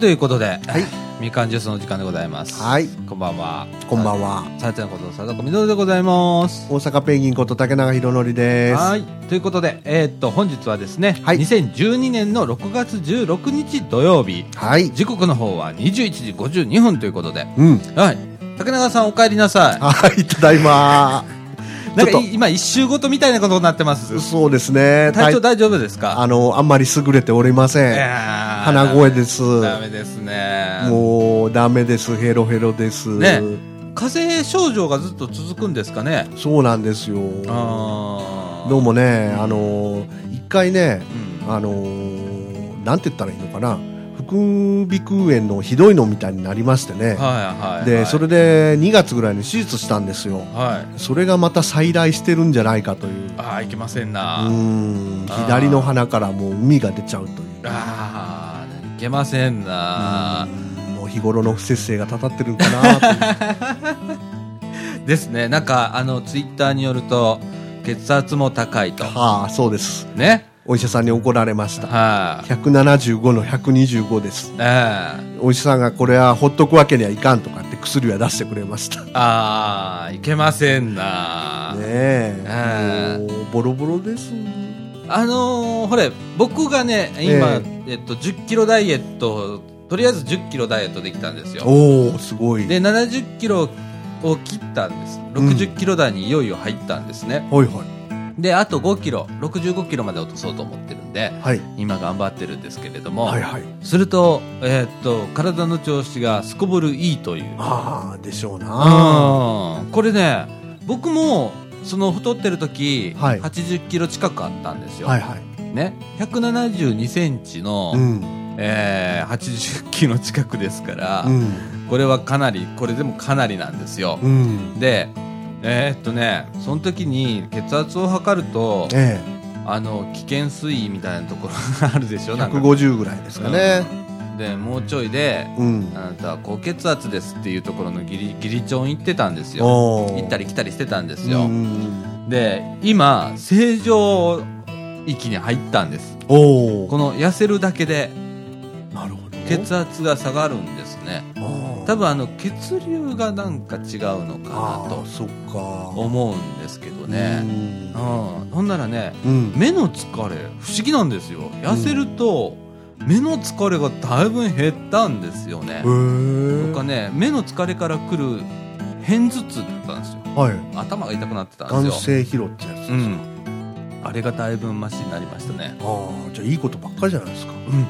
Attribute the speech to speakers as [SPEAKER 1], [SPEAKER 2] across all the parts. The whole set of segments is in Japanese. [SPEAKER 1] ということで、
[SPEAKER 2] はい
[SPEAKER 1] みかんジュースの時間でございます。
[SPEAKER 2] はい
[SPEAKER 1] こんばんは。
[SPEAKER 2] こんばんは。
[SPEAKER 1] さてのこと、さだこみのるでございます。
[SPEAKER 2] 大阪ペンギンこと竹永宏典です。
[SPEAKER 1] はい。ということで、えーっと、本日はですね、
[SPEAKER 2] はい
[SPEAKER 1] 2012年の6月16日土曜日、
[SPEAKER 2] はい。
[SPEAKER 1] 時刻の方は21時52分ということで、
[SPEAKER 2] うん。
[SPEAKER 1] はい。竹永さんお帰りなさ
[SPEAKER 2] はい、ただいま。
[SPEAKER 1] い。
[SPEAKER 2] ち
[SPEAKER 1] な
[SPEAKER 2] ょ
[SPEAKER 1] ん
[SPEAKER 2] っ
[SPEAKER 1] かい今一周ごとみたいなことになってます。
[SPEAKER 2] そうですね。
[SPEAKER 1] 体調
[SPEAKER 2] 体
[SPEAKER 1] 大丈夫ですか
[SPEAKER 2] あの、あんまり優れておりません。
[SPEAKER 1] 鼻
[SPEAKER 2] 鼻声です。
[SPEAKER 1] ダメですね。
[SPEAKER 2] もう、ダメです。ヘロヘロです。
[SPEAKER 1] ね風邪症状がずっと続くんですかね。
[SPEAKER 2] そうなんですよ。
[SPEAKER 1] あー
[SPEAKER 2] どう。もね、あの、一回ね、
[SPEAKER 1] うん
[SPEAKER 2] あの、なんて言ったらいいのかな。副鼻腔炎のひどいのみたいになりましてね。
[SPEAKER 1] はいはい、はい。
[SPEAKER 2] で、それで2月ぐらいに手術したんですよ。
[SPEAKER 1] はい。
[SPEAKER 2] それがまた再来してるんじゃないかという。
[SPEAKER 1] ああ、いけません
[SPEAKER 2] う
[SPEAKER 1] な。
[SPEAKER 2] ーん
[SPEAKER 1] あー
[SPEAKER 2] 左の鼻からもう海が出ちゃうという
[SPEAKER 1] ああ、いけませんな。
[SPEAKER 2] うんもう日頃の不節制がたたってるんか なと
[SPEAKER 1] ですね。なんか、あの、ツイッターによると、血圧も高いと。
[SPEAKER 2] はあそうです
[SPEAKER 1] ね。
[SPEAKER 2] お医者さんに怒られました
[SPEAKER 1] はい、
[SPEAKER 2] 175の125です
[SPEAKER 1] ええ
[SPEAKER 2] お医者さんがこれはほっとくわけにはいかんとかって薬は出してくれましたね
[SPEAKER 1] ああ、いけませんな。
[SPEAKER 2] え
[SPEAKER 1] え
[SPEAKER 2] もうボロボロです
[SPEAKER 1] あのー、ほれ、僕がね、今、えっと、10キロダイエットを、とりあえず10キロダイエットできたんですよ。
[SPEAKER 2] おおすごい
[SPEAKER 1] で、70キロを切ったんです。60キロ台にいよいよ入ったんですね。
[SPEAKER 2] ほいほい
[SPEAKER 1] で、あと5キロ、65キロまで落とそうと思ってるんで、
[SPEAKER 2] はい
[SPEAKER 1] 今頑張ってるんですけれども、
[SPEAKER 2] はいはい
[SPEAKER 1] すると、えっと、体の調子がすこぶるいいという。
[SPEAKER 2] ああでしょう
[SPEAKER 1] う
[SPEAKER 2] な
[SPEAKER 1] んこれね、僕も、その太ってる時、
[SPEAKER 2] はい
[SPEAKER 1] 80キロ近くあったんですよ。
[SPEAKER 2] はいはい
[SPEAKER 1] ね、172センチの、
[SPEAKER 2] うん
[SPEAKER 1] えー80キロ近くですから、
[SPEAKER 2] うん
[SPEAKER 1] これはかなり、これでもかなりなんですよ。
[SPEAKER 2] うん
[SPEAKER 1] で、えーっとね、その時に血圧を測ると、
[SPEAKER 2] え
[SPEAKER 1] あの、危険水位みたいなところがあるでし
[SPEAKER 2] え
[SPEAKER 1] ょ、なんか。
[SPEAKER 2] 150ぐらいですかね
[SPEAKER 1] で、もうちょいで、
[SPEAKER 2] うん
[SPEAKER 1] あなたは高血圧ですっていうところのギリ、ギリチョン行ってたんですよ。
[SPEAKER 2] おー
[SPEAKER 1] 行ったり来たりしてたんです
[SPEAKER 2] う
[SPEAKER 1] よ。
[SPEAKER 2] ん
[SPEAKER 1] で、今、正常域に入ったんです。
[SPEAKER 2] おお
[SPEAKER 1] この痩せるだけで
[SPEAKER 2] なるほど
[SPEAKER 1] 血圧が下がるんですね。多分あの血流がなんか違うのか
[SPEAKER 2] あ
[SPEAKER 1] な
[SPEAKER 2] ー
[SPEAKER 1] と
[SPEAKER 2] そっか
[SPEAKER 1] 思うんですけど
[SPEAKER 2] う
[SPEAKER 1] ね、
[SPEAKER 2] ん
[SPEAKER 1] うん、ほんならね
[SPEAKER 2] うん
[SPEAKER 1] 目の疲れ不思議なんですよ痩せると目の疲れがだいぶ減ったんですよね
[SPEAKER 2] へ、ー
[SPEAKER 1] 僕はね目の疲れからくる片頭痛だったんですよ
[SPEAKER 2] はい
[SPEAKER 1] 頭が痛くなってたん
[SPEAKER 2] 眼
[SPEAKER 1] ですよ、
[SPEAKER 2] 性疲労ってやつです
[SPEAKER 1] う
[SPEAKER 2] か
[SPEAKER 1] ん、あれがだいぶマシになりましたね
[SPEAKER 2] ああじゃあいいことばっかりじゃないですか
[SPEAKER 1] うん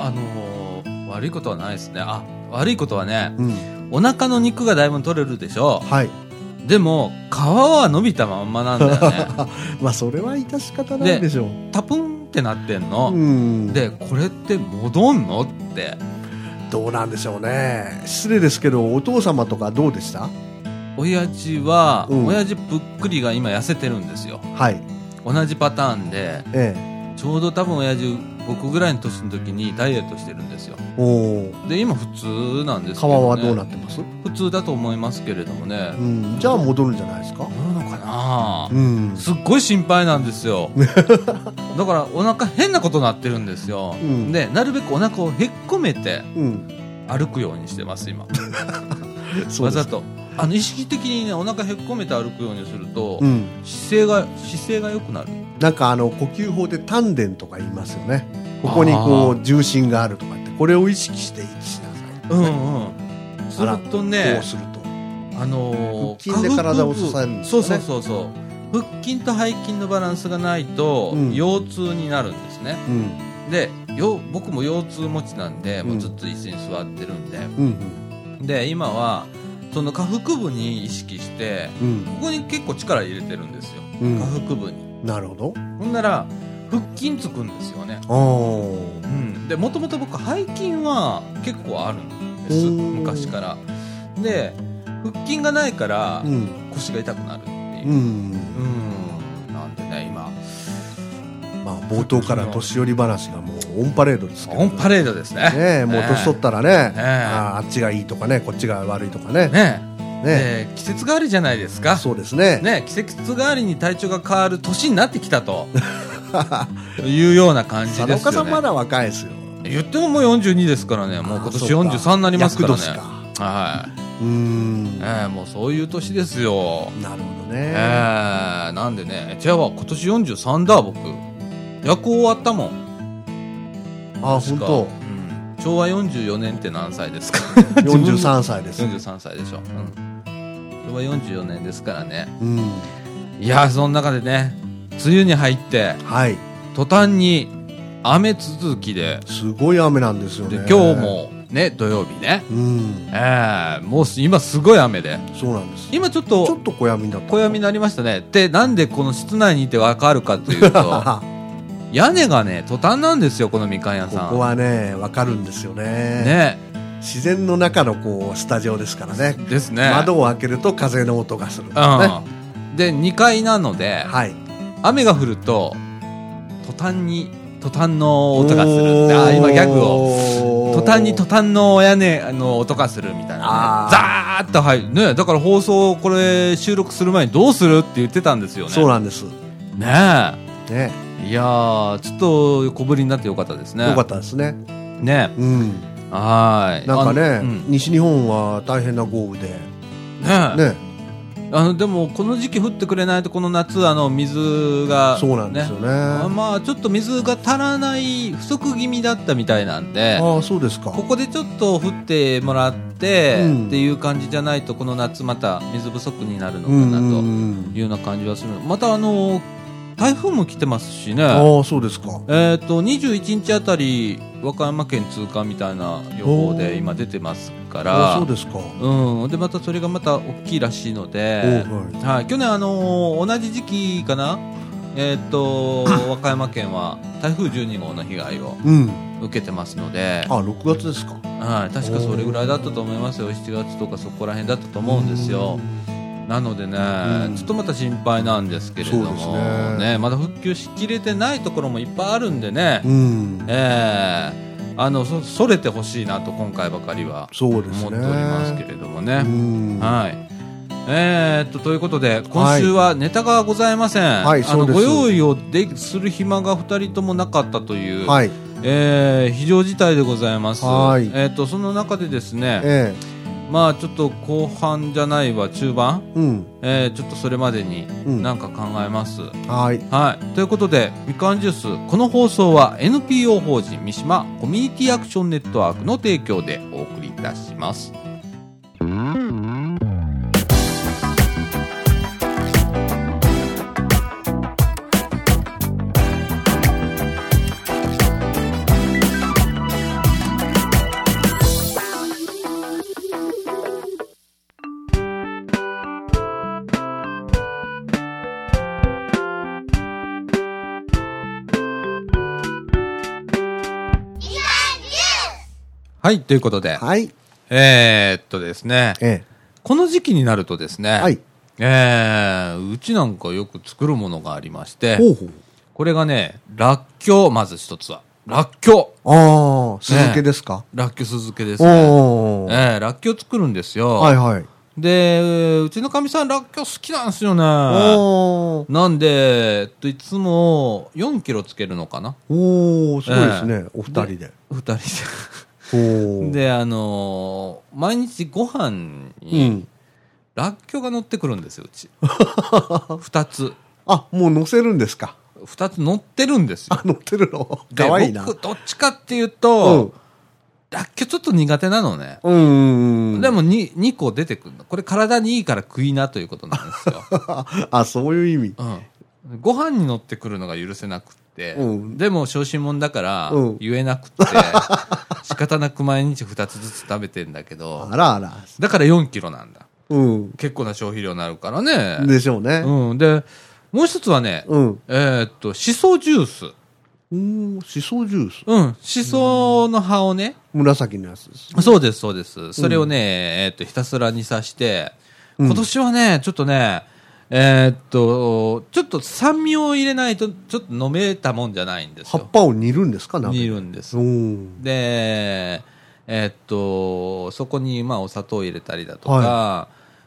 [SPEAKER 1] あのー悪いことはないですねあ悪いことはね
[SPEAKER 2] うん
[SPEAKER 1] お腹の肉がだいぶ取れるでしょ
[SPEAKER 2] はい
[SPEAKER 1] でも、皮は伸びたまんまなんだよね。
[SPEAKER 2] まあそれは致し方ないでしょう
[SPEAKER 1] タプンってなってんの。
[SPEAKER 2] うん
[SPEAKER 1] で、これって戻んのって。
[SPEAKER 2] どうなんでしょうね失礼ですけどお父様とかどうでした
[SPEAKER 1] 親父は、
[SPEAKER 2] うん
[SPEAKER 1] 親父ぷっくりが今痩せてるんですよ。
[SPEAKER 2] はい
[SPEAKER 1] 同じパターンで、
[SPEAKER 2] ええ
[SPEAKER 1] ちょうど多分親父僕ぐらいの年の時にダイエットしてるんですよ。
[SPEAKER 2] おお
[SPEAKER 1] で、今普通なんです
[SPEAKER 2] 皮
[SPEAKER 1] けど、ね。
[SPEAKER 2] はどうなってます
[SPEAKER 1] 普通だと思いますけれどもね
[SPEAKER 2] う。んじゃあ戻るんじゃないですか
[SPEAKER 1] 戻るのかな
[SPEAKER 2] うん
[SPEAKER 1] すっごい心配なんですよ だからお腹変なことなってるんですよ、
[SPEAKER 2] うん
[SPEAKER 1] でなるべくお腹をへっこめて
[SPEAKER 2] うん
[SPEAKER 1] 歩くようにしてます今
[SPEAKER 2] そう
[SPEAKER 1] わ
[SPEAKER 2] で
[SPEAKER 1] ざ
[SPEAKER 2] す
[SPEAKER 1] とあの意識的にねお腹へっこめて歩くようにすると、
[SPEAKER 2] うん
[SPEAKER 1] 姿勢が姿勢が良くなる
[SPEAKER 2] なんかあの呼吸法で丹田とか言いますよね。ここにこう重心があるとかって、これを意識して意識しなさい。
[SPEAKER 1] うんうんす
[SPEAKER 2] あら
[SPEAKER 1] ると
[SPEAKER 2] こ
[SPEAKER 1] ね
[SPEAKER 2] うすると。
[SPEAKER 1] あのー
[SPEAKER 2] 腹筋で体を支えるんだ
[SPEAKER 1] 下腹部
[SPEAKER 2] ね
[SPEAKER 1] そうそうそうそう腹筋と背筋のバランスがないと、
[SPEAKER 2] うん
[SPEAKER 1] 腰痛になるんですね
[SPEAKER 2] うん。
[SPEAKER 1] でよ僕も腰痛持ちなんでもううんずっと椅子に座ってるんで、
[SPEAKER 2] うん
[SPEAKER 1] で今はその下腹部に意識して
[SPEAKER 2] うん。
[SPEAKER 1] ここに結構力入れてるんですよ
[SPEAKER 2] うん。
[SPEAKER 1] 下腹部に
[SPEAKER 2] なるほど。
[SPEAKER 1] ほんなら腹筋つくんですよね、
[SPEAKER 2] あ
[SPEAKER 1] うん、でもともと僕背筋は結構あるんです
[SPEAKER 2] うん
[SPEAKER 1] 昔からで腹筋がないから
[SPEAKER 2] あ。うん。
[SPEAKER 1] 腰が痛くなるっていうう、
[SPEAKER 2] ん。
[SPEAKER 1] うんなんでね今
[SPEAKER 2] まあ冒頭から年寄り話がもうオンパレードですけど、
[SPEAKER 1] オンパレードですね
[SPEAKER 2] ねえ、もう年取ったらね、
[SPEAKER 1] え
[SPEAKER 2] あああっちがいいとかね、こっちが悪いとかね。ね
[SPEAKER 1] ねえで季節変わりじゃないですか
[SPEAKER 2] そうですね。
[SPEAKER 1] ね、季節代わりに体調が変 わる年になってきたというような感じ
[SPEAKER 2] 佐
[SPEAKER 1] で
[SPEAKER 2] 野
[SPEAKER 1] すよ、
[SPEAKER 2] 岡
[SPEAKER 1] ね、
[SPEAKER 2] さんまだ若いですよ。
[SPEAKER 1] 言ってももう42ですからねもう今年43になりますから
[SPEAKER 2] 役年
[SPEAKER 1] ね
[SPEAKER 2] か
[SPEAKER 1] はい、
[SPEAKER 2] うーん
[SPEAKER 1] え
[SPEAKER 2] な
[SPEAKER 1] ーもうそういう年ですよ
[SPEAKER 2] るほど
[SPEAKER 1] えー、
[SPEAKER 2] ね、
[SPEAKER 1] なんでねじゃあ今年43だ僕夜行終わったもん
[SPEAKER 2] あ
[SPEAKER 1] 確
[SPEAKER 2] 本
[SPEAKER 1] か
[SPEAKER 2] 当
[SPEAKER 1] うん、昭和44年って何歳 ですか自分の
[SPEAKER 2] 43歳です
[SPEAKER 1] 43歳でしょ、うん、昭和44年ですからね
[SPEAKER 2] うん
[SPEAKER 1] いやーその中でね梅雨に入って
[SPEAKER 2] はい
[SPEAKER 1] 途端に雨続きです
[SPEAKER 2] ごい雨なんですよ
[SPEAKER 1] で
[SPEAKER 2] ね
[SPEAKER 1] 今日もね土曜日ね
[SPEAKER 2] うん
[SPEAKER 1] えー、もうす今すごい雨で
[SPEAKER 2] そうなんです
[SPEAKER 1] 今ちょっ
[SPEAKER 2] ちょ
[SPEAKER 1] と
[SPEAKER 2] っと小闇だった
[SPEAKER 1] 小闇になりましたねでなんでこの室内にいてわかるかというと
[SPEAKER 2] あ
[SPEAKER 1] 屋根がね途端なんですよこのみかん屋
[SPEAKER 2] こ
[SPEAKER 1] さん
[SPEAKER 2] こはねわかるんですよね
[SPEAKER 1] ね
[SPEAKER 2] 自然の中のこうスタジオですからね
[SPEAKER 1] ですね
[SPEAKER 2] 窓を開けると風の音がするんですね、
[SPEAKER 1] うん、で2階なので
[SPEAKER 2] はい
[SPEAKER 1] 雨が降ると途端に途端の音がするであー今ギャグを
[SPEAKER 2] を
[SPEAKER 1] 途端に途端の屋根あの音がするみたいな、ね
[SPEAKER 2] あ、
[SPEAKER 1] ザーッと入る、ね、だから放送これ収録する前にどうするって言ってたんですよね
[SPEAKER 2] そうなんです
[SPEAKER 1] ね
[SPEAKER 2] ね
[SPEAKER 1] えいやーちょっと小ぶりになってよかったですね
[SPEAKER 2] よかったですね
[SPEAKER 1] ね
[SPEAKER 2] うん
[SPEAKER 1] えはーい
[SPEAKER 2] なんかね、
[SPEAKER 1] あのうんね
[SPEAKER 2] 西日本は大変な豪雨で
[SPEAKER 1] え
[SPEAKER 2] ね
[SPEAKER 1] あのでもこの時期降ってくれないとこの夏あの水が
[SPEAKER 2] そうなんですよね
[SPEAKER 1] あまあちょっと水が足らない不足気味だったみたいなんで
[SPEAKER 2] ああそうですか
[SPEAKER 1] ここでちょっと降ってもらって、
[SPEAKER 2] うん
[SPEAKER 1] っていう感じじゃないとこの夏また水不足になるのか
[SPEAKER 2] うん
[SPEAKER 1] な
[SPEAKER 2] うんう
[SPEAKER 1] と
[SPEAKER 2] ん
[SPEAKER 1] いうような感じはするまたあの台風も来てますしね
[SPEAKER 2] ああそうですか
[SPEAKER 1] えっ、と21日あたり和歌山県通過みたいな予報
[SPEAKER 2] お
[SPEAKER 1] で
[SPEAKER 2] ー
[SPEAKER 1] 今出てますか
[SPEAKER 2] ああ
[SPEAKER 1] ら
[SPEAKER 2] そうですか
[SPEAKER 1] うん、でまたそれがまた大きいらしいの
[SPEAKER 2] おう
[SPEAKER 1] で、
[SPEAKER 2] はい
[SPEAKER 1] はい、去年、あのー同じ時期かな、えーっ と和歌山県は台風12号の被害を
[SPEAKER 2] うん
[SPEAKER 1] 受けてますので、
[SPEAKER 2] あ6月ですか
[SPEAKER 1] はい、確かそれぐらいだったと思いますよ、7月とかそこら辺だったと思うんですよ。なのでね、
[SPEAKER 2] うん
[SPEAKER 1] ちょっとまた心配なんですけれども
[SPEAKER 2] そうですね
[SPEAKER 1] まだ復旧しきれてないところもいっぱいあるんでね、
[SPEAKER 2] うん
[SPEAKER 1] えーあのそそれてほしいなと今回ばかりは
[SPEAKER 2] そうですね
[SPEAKER 1] 思っておりますけれどもね。
[SPEAKER 2] うん
[SPEAKER 1] はい。えー、っと、ということで、今週はネタがございません。
[SPEAKER 2] はい
[SPEAKER 1] あの、
[SPEAKER 2] そうです
[SPEAKER 1] ご用意をでする暇が二人ともなかったという、
[SPEAKER 2] はい
[SPEAKER 1] えー非常事態でございます。
[SPEAKER 2] はい
[SPEAKER 1] えーっと、その中でですね、
[SPEAKER 2] え
[SPEAKER 1] まあ、ちょっと後半じゃないわ、中盤、
[SPEAKER 2] えうん
[SPEAKER 1] えーちょっとそれまでに
[SPEAKER 2] うん
[SPEAKER 1] なんか考えます。
[SPEAKER 2] はい
[SPEAKER 1] はい。ということで、みかんジュース、この放送は NPO 法人三島コミュニティアクションネットワークの提供でお送りいたします。はい、ということで、
[SPEAKER 2] はい
[SPEAKER 1] えー、っとですね、
[SPEAKER 2] え
[SPEAKER 1] この時期になるとですね、
[SPEAKER 2] えはい
[SPEAKER 1] えーうちなんかよく作るものがありまして、
[SPEAKER 2] ほうほう
[SPEAKER 1] これがね、らっきょう、まず一つは。らっきょ
[SPEAKER 2] ああ酢漬けですか
[SPEAKER 1] う。らっきょう酢漬けです
[SPEAKER 2] お
[SPEAKER 1] ね。
[SPEAKER 2] おー
[SPEAKER 1] えー、らっきょう作るんですよ。
[SPEAKER 2] はいはい
[SPEAKER 1] で、うちのかみさん、らっきょう好きなんですよね。
[SPEAKER 2] おー
[SPEAKER 1] なんで、えっと、いつも4キロつけるのかな
[SPEAKER 2] おーすごいですねお二人で
[SPEAKER 1] 二人
[SPEAKER 2] お
[SPEAKER 1] で。
[SPEAKER 2] ー
[SPEAKER 1] で、あのー毎日ご飯
[SPEAKER 2] う
[SPEAKER 1] に、
[SPEAKER 2] ん
[SPEAKER 1] らっきょうが乗ってくるんですよ、うち。二つ。
[SPEAKER 2] あもう乗せるんですか
[SPEAKER 1] 二つ乗ってるんですよ
[SPEAKER 2] あ。乗ってるの
[SPEAKER 1] で
[SPEAKER 2] かわいいな
[SPEAKER 1] 僕、どっちかっていうと、らっきょうちょっと苦手なのね。
[SPEAKER 2] うんうんうん
[SPEAKER 1] でもに 2, 個出てくるの。これ体にいいから食いなということなんですよ。
[SPEAKER 2] あそういう意味
[SPEAKER 1] うん、ご飯に乗ってくるのが許せなくって、
[SPEAKER 2] うん
[SPEAKER 1] でも小心者だから
[SPEAKER 2] うん
[SPEAKER 1] 言えなく って、仕方なく毎日2つずつ食べてんだけど
[SPEAKER 2] あ、らあら
[SPEAKER 1] だから4キロなんだ。
[SPEAKER 2] うん
[SPEAKER 1] 結構な消費量になるからね。
[SPEAKER 2] でしょうね
[SPEAKER 1] うん、で、もう一つはね、
[SPEAKER 2] うん
[SPEAKER 1] えーっと、しそジュース。
[SPEAKER 2] うんしそジュース
[SPEAKER 1] うん、しその葉をね、
[SPEAKER 2] 紫のやつです
[SPEAKER 1] そうです、そうです。それをね、えーっと、ひたすらに刺して、
[SPEAKER 2] うん
[SPEAKER 1] 今年はね、ちょっとね、えーっと、ちょっと酸味を入れないと、ちょっと飲めたもんじゃないんです
[SPEAKER 2] 葉
[SPEAKER 1] よ
[SPEAKER 2] っ。ぱを煮るんですか鍋
[SPEAKER 1] 煮るんです
[SPEAKER 2] う。ん
[SPEAKER 1] で、えーっと、そこに、まあ、お砂糖を入れたりだとか、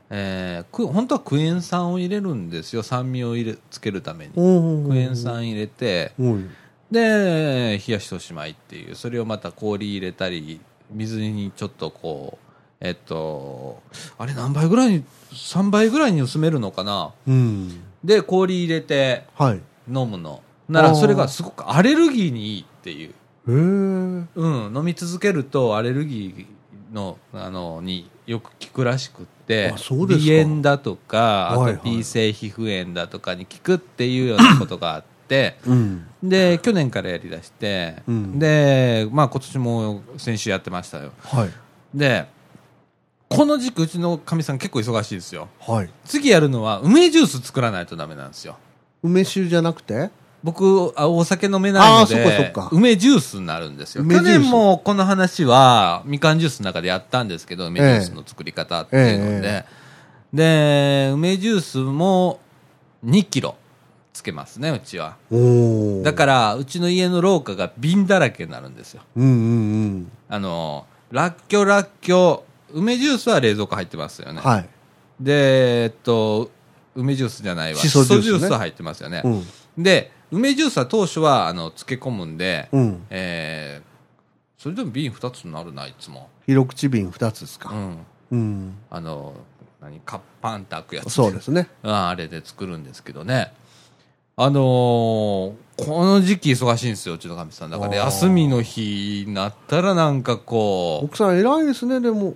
[SPEAKER 1] えーく本当はクエン酸を入れるんですよ。酸味を入れつけるために。
[SPEAKER 2] うん
[SPEAKER 1] クエン酸入れて、
[SPEAKER 2] うん
[SPEAKER 1] で冷やしておしまいっていうそれをまた氷入れたり水にちょっとこうえっとあれ何倍ぐらいに3倍ぐらいに薄めるのかな
[SPEAKER 2] うん。
[SPEAKER 1] で氷入れて
[SPEAKER 2] はい。へ
[SPEAKER 1] 飲むのなら
[SPEAKER 2] あー
[SPEAKER 1] それがすごくアレルギーにいいっていう、
[SPEAKER 2] え。
[SPEAKER 1] うん、飲み続けるとアレルギーのあのによく効くらしくって
[SPEAKER 2] あそうですか
[SPEAKER 1] 鼻炎だとか
[SPEAKER 2] はいはい
[SPEAKER 1] アトピー性皮膚炎だとかに効くっていうようなことがあって。
[SPEAKER 2] うん。
[SPEAKER 1] で去年からやりだして、
[SPEAKER 2] うん
[SPEAKER 1] で、まあ、今年も先週やってましたよ
[SPEAKER 2] はい。
[SPEAKER 1] でこの時期うちのかみさん結構忙しいですよ
[SPEAKER 2] はい。
[SPEAKER 1] 次やるのは梅ジュース作らないとダメなんですよ
[SPEAKER 2] 梅酒じゃなくて
[SPEAKER 1] 僕あお酒飲めないので
[SPEAKER 2] あーそっかそっか
[SPEAKER 1] 梅ジュースになるんですよ
[SPEAKER 2] 梅
[SPEAKER 1] 去
[SPEAKER 2] ジュース
[SPEAKER 1] 年もこの話はみかんジュースの中でやったんですけど梅ジュースの作り方っていうので、で梅ジュースも2キロつけますねうちは
[SPEAKER 2] おお。。
[SPEAKER 1] だかららうちの家の廊下が瓶だらけになるんですよ
[SPEAKER 2] うんうん
[SPEAKER 1] あのらっきょうらっきょう梅ジュースは冷蔵庫入ってますよ
[SPEAKER 2] うん。
[SPEAKER 1] ね、
[SPEAKER 2] はい。
[SPEAKER 1] でえっと梅ジュースじゃないわ
[SPEAKER 2] しそジュースね
[SPEAKER 1] しそは入ってますよね、
[SPEAKER 2] うん。
[SPEAKER 1] で梅ジュースは当初はあの漬け込むんで、
[SPEAKER 2] うん。
[SPEAKER 1] えーそれでも瓶2つになるないつも、
[SPEAKER 2] 広口瓶二つです
[SPEAKER 1] う
[SPEAKER 2] か。
[SPEAKER 1] ん、
[SPEAKER 2] うん。
[SPEAKER 1] あの何カッパンって開くやつ
[SPEAKER 2] そうですね。
[SPEAKER 1] うんあれで作るんですけどね。あのーこの時期忙しいんですよ、うちの神さん。だから、ね、
[SPEAKER 2] あー
[SPEAKER 1] 休みの日になったらなんかこ
[SPEAKER 2] 奥さん偉いですね、でも。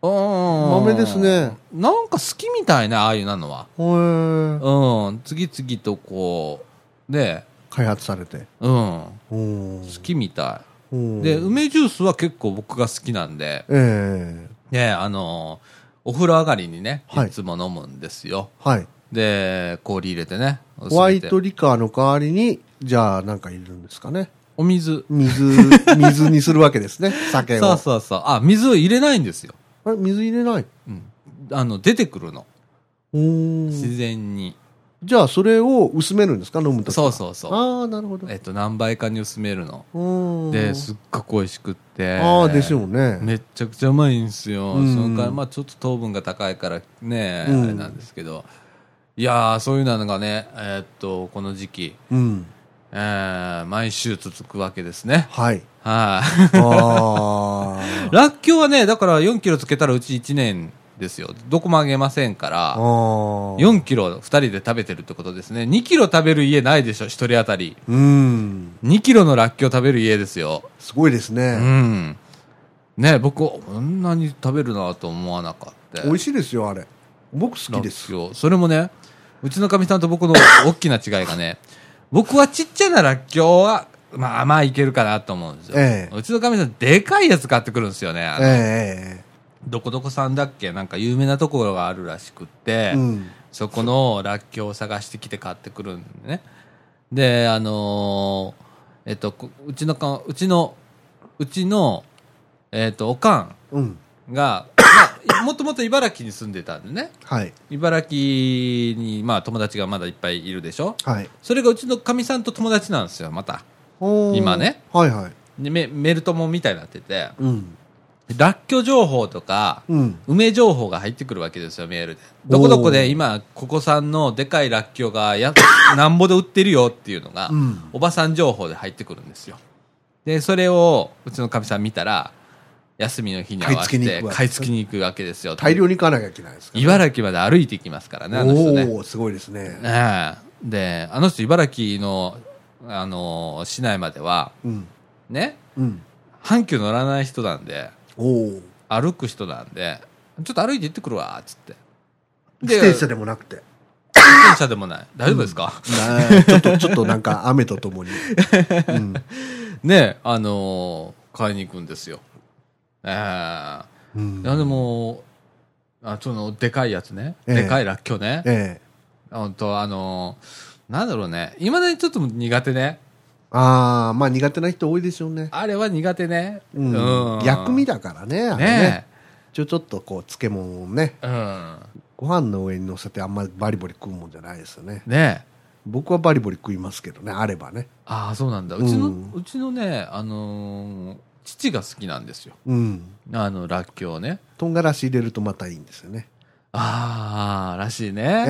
[SPEAKER 1] う、うん
[SPEAKER 2] 豆ですね。
[SPEAKER 1] なんか好きみたいな、ああいうなのは。
[SPEAKER 2] へー
[SPEAKER 1] うん、次々とこう、で、
[SPEAKER 2] 開発されて。
[SPEAKER 1] うん、好
[SPEAKER 2] おお。
[SPEAKER 1] きみたい。で、
[SPEAKER 2] で
[SPEAKER 1] 梅ジュースは結構僕が好きなんで、
[SPEAKER 2] ええ
[SPEAKER 1] ね、あのーお風呂上がりにね、
[SPEAKER 2] はい
[SPEAKER 1] いつも飲むんですよ。
[SPEAKER 2] はい。
[SPEAKER 1] で、氷入れてね。薄めて
[SPEAKER 2] ホワイトリカーの代わりに、じゃあなんかいるんですかね。
[SPEAKER 1] お水。
[SPEAKER 2] 水、水にするわけですね、酒を。
[SPEAKER 1] そうそうそう。あ、水を入れないんですよ。
[SPEAKER 2] あれ、水入れない。
[SPEAKER 1] うん。あの、出てくるの。
[SPEAKER 2] おー
[SPEAKER 1] 自然に。
[SPEAKER 2] じゃあ、それを薄めるんですか、飲むとき。
[SPEAKER 1] そうそうそう。
[SPEAKER 2] ああ、なるほど。
[SPEAKER 1] えっと、何倍かに薄めるの。
[SPEAKER 2] うーん
[SPEAKER 1] で、すっごく美味しくって。
[SPEAKER 2] ああ、でしょうね。
[SPEAKER 1] めっちゃくちゃうまいんですよ。
[SPEAKER 2] うん
[SPEAKER 1] そのから、まあちょっと糖分が高いからね、
[SPEAKER 2] うん
[SPEAKER 1] あれなんですけど。いやー、そういうのがね、えっと、この時期、
[SPEAKER 2] うん。
[SPEAKER 1] えー毎週続くわけですね。
[SPEAKER 2] はい。
[SPEAKER 1] はい。
[SPEAKER 2] あー
[SPEAKER 1] らっきょうはね、だから4キロつけたらうち1年ですよ。どこもあげませんから。
[SPEAKER 2] あー。
[SPEAKER 1] 4キロ2人で食べてるってことですね。2キロ食べる家ないでしょ、1人当たり。
[SPEAKER 2] うん。
[SPEAKER 1] 2キロのらっきょう食べる家ですよ。
[SPEAKER 2] すごいです
[SPEAKER 1] う
[SPEAKER 2] ね。
[SPEAKER 1] ん。ね僕、こんなに食べるなと思わなかった。
[SPEAKER 2] 美味
[SPEAKER 1] し
[SPEAKER 2] しいですよ、あれ。僕好きです。
[SPEAKER 1] よ。それもね、うちのかみさんと僕の 大きな違いがね、僕はちっちゃならっきょうは、まあまあいけるかなと思うんですよ。
[SPEAKER 2] ええ
[SPEAKER 1] うちのかみさん、でかいやつ買ってくるんですよね。あ
[SPEAKER 2] え
[SPEAKER 1] の
[SPEAKER 2] え
[SPEAKER 1] どこどこさんだっけなんか有名なところがあるらしくって
[SPEAKER 2] ええ、うん。
[SPEAKER 1] そこのらっきょうを探してきて買ってくるんでね。で、あのーえっと、こうちのか、うちの、うちの、えっと、おか
[SPEAKER 2] うん。
[SPEAKER 1] んが、まあ、 もともと茨城に住んでたんでね。
[SPEAKER 2] はい。
[SPEAKER 1] 茨城に、まあ、友達がまだいっぱいいるでしょ
[SPEAKER 2] はい。
[SPEAKER 1] それがうちのかみさんと友達なんですよ、また。
[SPEAKER 2] おー
[SPEAKER 1] 今ね。
[SPEAKER 2] はいはい。
[SPEAKER 1] でメメルトモみたいになってて、
[SPEAKER 2] うん。
[SPEAKER 1] らっきょう情報とか、
[SPEAKER 2] うん。
[SPEAKER 1] 梅情報が入ってくるわけですよ、メールで。どこどこで今、ここさんのでかいらっきょうがや、なんぼで売ってるよっていうのが、
[SPEAKER 2] うん
[SPEAKER 1] おばさん情報で入ってくるんですよ。で、それを、うちのかみさん見たら、休みの日に合わせ
[SPEAKER 2] 買い付けに
[SPEAKER 1] て
[SPEAKER 2] 行くわけ
[SPEAKER 1] 買い付けに行くわけですよ。
[SPEAKER 2] 大量に行かなきゃいけないですから、
[SPEAKER 1] 茨城まで歩いていきますからね、あの人ね。
[SPEAKER 2] おおすごいですね。
[SPEAKER 1] ええで、あの人、茨城の、あの市内までは、
[SPEAKER 2] うん。
[SPEAKER 1] ね、
[SPEAKER 2] うん。
[SPEAKER 1] 阪急乗らない人なんで、
[SPEAKER 2] おお
[SPEAKER 1] 歩く人なんで、ちょっと歩いて行ってくるわ、つって。
[SPEAKER 2] 自 転車でもなくて。
[SPEAKER 1] 自転車でもない。大丈夫ですか、
[SPEAKER 2] な ちょっと、ちょっとなんか雨とと もに。うん。
[SPEAKER 1] ね、あのー買いに行くんですよ。ええ
[SPEAKER 2] うん
[SPEAKER 1] いや、でも、あその、でかいやつね。
[SPEAKER 2] ええ
[SPEAKER 1] でかいらっきょうね。
[SPEAKER 2] ええ
[SPEAKER 1] ほんと、あのーなんだろうね。いまだにちょっと苦手ね。
[SPEAKER 2] ああ、まあ苦手な人多いでしょうね。
[SPEAKER 1] あれは苦手ね。
[SPEAKER 2] うん。薬味だからね、あれね。
[SPEAKER 1] ね
[SPEAKER 2] ちょ、ちょっとこう、漬物をね、
[SPEAKER 1] え。うん。
[SPEAKER 2] ご飯の上に乗せてあんまりバリバリ食うもんじゃないですよね。
[SPEAKER 1] ねえ。
[SPEAKER 2] 僕はバリバリ食いますけどね、あればね。
[SPEAKER 1] ああ、そうなんだ。うちの、
[SPEAKER 2] う
[SPEAKER 1] うんちのね、あのー父が好きなんですよ。
[SPEAKER 2] うん。
[SPEAKER 1] あの、らっきょうね。
[SPEAKER 2] 唐辛子入れるとまたいいんですよね。
[SPEAKER 1] ああ、らしいね。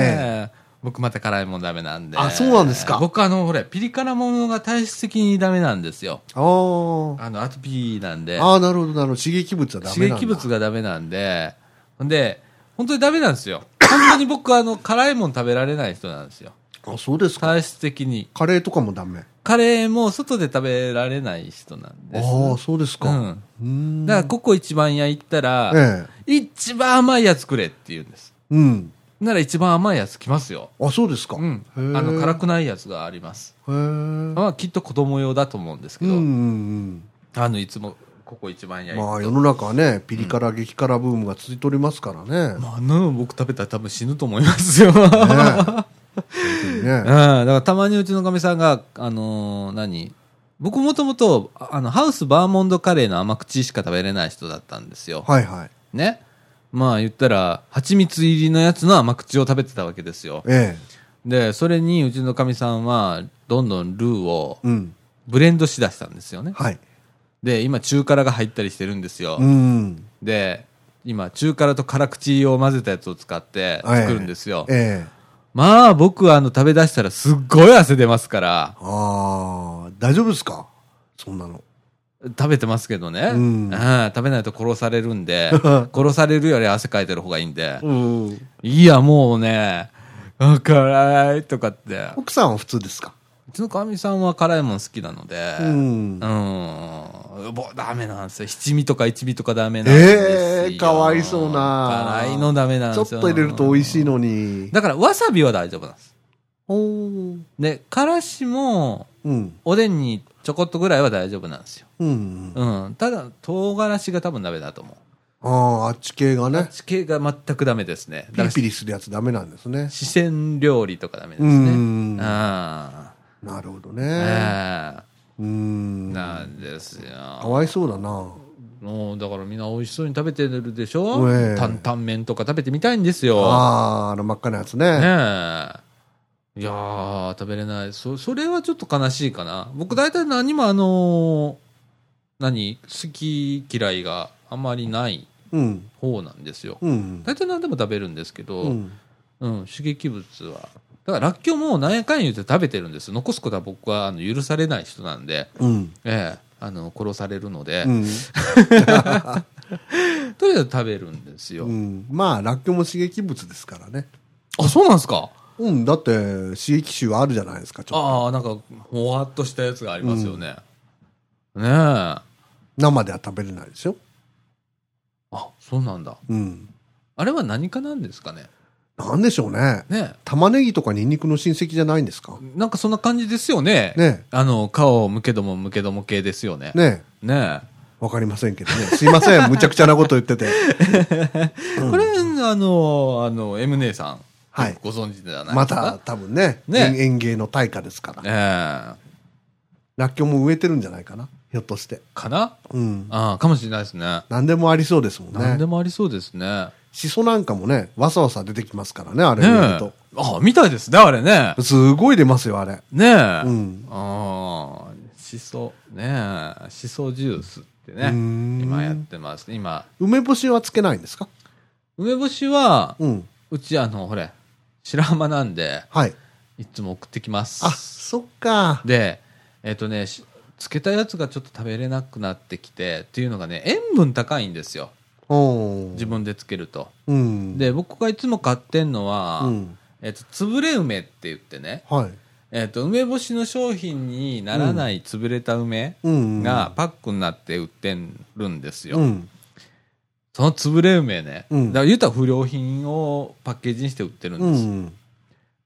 [SPEAKER 2] え
[SPEAKER 1] 僕また辛いもんダメなんで。
[SPEAKER 2] あそうなんですか
[SPEAKER 1] 僕あの、ほれ、ピリ辛ものが体質的にダメなんですよ。
[SPEAKER 2] あー
[SPEAKER 1] あの、アトピーなんで。
[SPEAKER 2] あー、なるほど、なるほど。刺激物はダメ
[SPEAKER 1] 刺
[SPEAKER 2] なんだ。
[SPEAKER 1] 激物がダメなんで、ほんで、本当にダメなんですよ。本当に僕あの、辛いもん食べられない人なんですよ。
[SPEAKER 2] あ、そうですか。
[SPEAKER 1] 体質的に。
[SPEAKER 2] カレーとかもダメ。
[SPEAKER 1] カレーも外で食べられない人なん
[SPEAKER 2] ああ
[SPEAKER 1] です。
[SPEAKER 2] ー、そうですか。
[SPEAKER 1] うん
[SPEAKER 2] うーん
[SPEAKER 1] だから、ココ一番屋行ったら、
[SPEAKER 2] ええ。
[SPEAKER 1] 一番甘いやつくれって言うんです。
[SPEAKER 2] うん。
[SPEAKER 1] なら一番甘いやつ来ますよ。
[SPEAKER 2] あ、そうですか。
[SPEAKER 1] うん。あ
[SPEAKER 2] へー
[SPEAKER 1] の、辛くないやつがあります。
[SPEAKER 2] へー
[SPEAKER 1] まあ、きっと子供用だと思うんですけ
[SPEAKER 2] うん
[SPEAKER 1] ど、
[SPEAKER 2] うん
[SPEAKER 1] あの、いつも、ここ一番
[SPEAKER 2] う
[SPEAKER 1] 屋
[SPEAKER 2] ん。
[SPEAKER 1] 行く
[SPEAKER 2] まあ、世の中はね、ピリ辛、激辛ブームが続いておりますからね。
[SPEAKER 1] まあ、あんなの僕食べたら多分死ぬと思いますよ。
[SPEAKER 2] ね本当に
[SPEAKER 1] うん、だ
[SPEAKER 2] ね。
[SPEAKER 1] からたまにうちのかみさんが、あのー何僕もともと、ああの、ハウスバーモンドカレーの甘口しか食べれない人だったんですよ。
[SPEAKER 2] はいはい。
[SPEAKER 1] ね。まあ言ったら、蜂蜜入りのやつの甘口を食べてたわけですよ。
[SPEAKER 2] ええ。
[SPEAKER 1] で、それにうちのかみさんは、どんどんルーを
[SPEAKER 2] うん。
[SPEAKER 1] ブレンドしだしたんですよね。
[SPEAKER 2] はい。
[SPEAKER 1] で、今中辛が入ったりしてるんですよ。
[SPEAKER 2] うん。
[SPEAKER 1] で、今中辛と辛口を混ぜたやつを使って作るんですよ。
[SPEAKER 2] ええ。
[SPEAKER 1] まあ僕あの食べ出したらすっごい汗出ますから、
[SPEAKER 2] ああ、大丈夫ですかそんなの。
[SPEAKER 1] 食べてますけどね。
[SPEAKER 2] うん
[SPEAKER 1] ああ食べないと殺されるん で、殺されるより汗かいてる方がいいんで。
[SPEAKER 2] うん。
[SPEAKER 1] いやもうね、あ辛いとかって。
[SPEAKER 2] 奥さんは普通ですか
[SPEAKER 1] うちのかみさんは辛いもん好きなので、
[SPEAKER 2] うん
[SPEAKER 1] うんもうダメなんですよ。七味とか一味とかダメなんですよ。
[SPEAKER 2] ええかわいそうな
[SPEAKER 1] 辛いのダメなん
[SPEAKER 2] ち
[SPEAKER 1] で
[SPEAKER 2] ょっ
[SPEAKER 1] すよ。
[SPEAKER 2] と入れると美味しいのに。
[SPEAKER 1] だからわさびは大丈夫なんです。
[SPEAKER 2] おー
[SPEAKER 1] で、からしも
[SPEAKER 2] うん。
[SPEAKER 1] おでんにちょこっとぐらいは大丈夫なんですよ。
[SPEAKER 2] うん。
[SPEAKER 1] うん。ただ、唐辛子が多分ダメだと思う。
[SPEAKER 2] ああ、あっち系がね、
[SPEAKER 1] 地形が全くダメですね。だ
[SPEAKER 2] ピ
[SPEAKER 1] か
[SPEAKER 2] リ
[SPEAKER 1] ら
[SPEAKER 2] ピリするやつダメなんですね。
[SPEAKER 1] 四川料理とかダメです
[SPEAKER 2] うん
[SPEAKER 1] ね。あ
[SPEAKER 2] なるほど
[SPEAKER 1] あ。
[SPEAKER 2] ね。
[SPEAKER 1] え
[SPEAKER 2] う
[SPEAKER 1] え
[SPEAKER 2] ん。
[SPEAKER 1] なんです
[SPEAKER 2] か
[SPEAKER 1] よ。
[SPEAKER 2] わいそうだな。
[SPEAKER 1] もうだからみんな美味しそうに食べてるでし
[SPEAKER 2] う
[SPEAKER 1] ょ
[SPEAKER 2] ええ
[SPEAKER 1] 担々麺とか食べてみたいんですよ。
[SPEAKER 2] ああ、あの真っ赤なやつ
[SPEAKER 1] ね
[SPEAKER 2] ね。
[SPEAKER 1] え。いやー、食べれない。そ、それはちょっと悲しいかな。僕大体何もあのー何好き嫌いがあまりない
[SPEAKER 2] うん。
[SPEAKER 1] 方なんですよ。
[SPEAKER 2] うん。
[SPEAKER 1] 大体何でも食べるんですけど、
[SPEAKER 2] う
[SPEAKER 1] うん、
[SPEAKER 2] ん。
[SPEAKER 1] 刺激物は。だから、らっきょうも何やかんや言うて食べてるんです。残すことは僕はあの許されない人なんで、
[SPEAKER 2] うん。
[SPEAKER 1] ええ、あの、殺されるので、
[SPEAKER 2] うん
[SPEAKER 1] とりあえず食べるんですよ。
[SPEAKER 2] うん。まあ、ラッキョも刺激物ですからね。
[SPEAKER 1] あ、そうなんですか
[SPEAKER 2] うん、だって、刺激臭あるじゃないですか、ちょっと。
[SPEAKER 1] ああ、なんか、ほわっとしたやつがありますよね。ねえ。あ、
[SPEAKER 2] 生では食べれないでしょ。
[SPEAKER 1] そうなんだ。
[SPEAKER 2] うん。
[SPEAKER 1] あれは何かなんですかね。
[SPEAKER 2] なんでしょうね。
[SPEAKER 1] ね
[SPEAKER 2] 玉ねぎとかニンニクの親戚じゃないんですか
[SPEAKER 1] え。なんかそんな感じですよね。
[SPEAKER 2] ね
[SPEAKER 1] あの、顔をむけどもむけども系ですよね。ね
[SPEAKER 2] ねえ。わかりませんけどね。すい ません、むちゃくちゃなこと言ってて。
[SPEAKER 1] え。これ、あの、あの、M 姉さん。
[SPEAKER 2] はい
[SPEAKER 1] よくご存知ではない
[SPEAKER 2] ま
[SPEAKER 1] ですか。
[SPEAKER 2] た、多分ね、
[SPEAKER 1] ね
[SPEAKER 2] 園園芸の対価ですから。
[SPEAKER 1] ねえ。
[SPEAKER 2] らっきょうも植えてるんじゃないかな。ひょっとして。
[SPEAKER 1] かな
[SPEAKER 2] うん。
[SPEAKER 1] ああ、かもしれないですね。
[SPEAKER 2] 何でもありそうですもんね。
[SPEAKER 1] 何でもありそうですね。
[SPEAKER 2] シソなんかもね、わさわさ出てきますからね、あれ
[SPEAKER 1] ねえ。
[SPEAKER 2] 見ると
[SPEAKER 1] あ。あ、みたいですね、あれね。
[SPEAKER 2] すごい出ますよ、あれ。
[SPEAKER 1] ねえ。
[SPEAKER 2] うん
[SPEAKER 1] ああ、しそ、ねえ、しそジュースってね
[SPEAKER 2] うー、ん
[SPEAKER 1] 今やってます。今、
[SPEAKER 2] 梅干しはつけないんですか
[SPEAKER 1] 梅干しは、
[SPEAKER 2] うん。
[SPEAKER 1] うちあの、ほれ、白浜なんで、
[SPEAKER 2] はい。
[SPEAKER 1] いつも送ってきま
[SPEAKER 2] あ、
[SPEAKER 1] す。
[SPEAKER 2] そっか。
[SPEAKER 1] で、えっ、とね、し漬けたやつがちょっと食べれなくなってきて、っていうのがね、塩分高いんですよ。
[SPEAKER 2] お
[SPEAKER 1] 自分で漬けると。
[SPEAKER 2] うん。、
[SPEAKER 1] で、僕がいつも買ってんのは、
[SPEAKER 2] うん。
[SPEAKER 1] えっ、と、潰れ梅って言ってね、
[SPEAKER 2] はい。
[SPEAKER 1] えっ、と、梅干しの商品にならない潰れた梅、
[SPEAKER 2] うん。
[SPEAKER 1] が、パックになって売ってるんですよ。
[SPEAKER 2] うん。
[SPEAKER 1] その潰れ梅ね、
[SPEAKER 2] うん
[SPEAKER 1] だから言うたら不良品をパッケージにして売ってるん
[SPEAKER 2] う
[SPEAKER 1] です、
[SPEAKER 2] ん。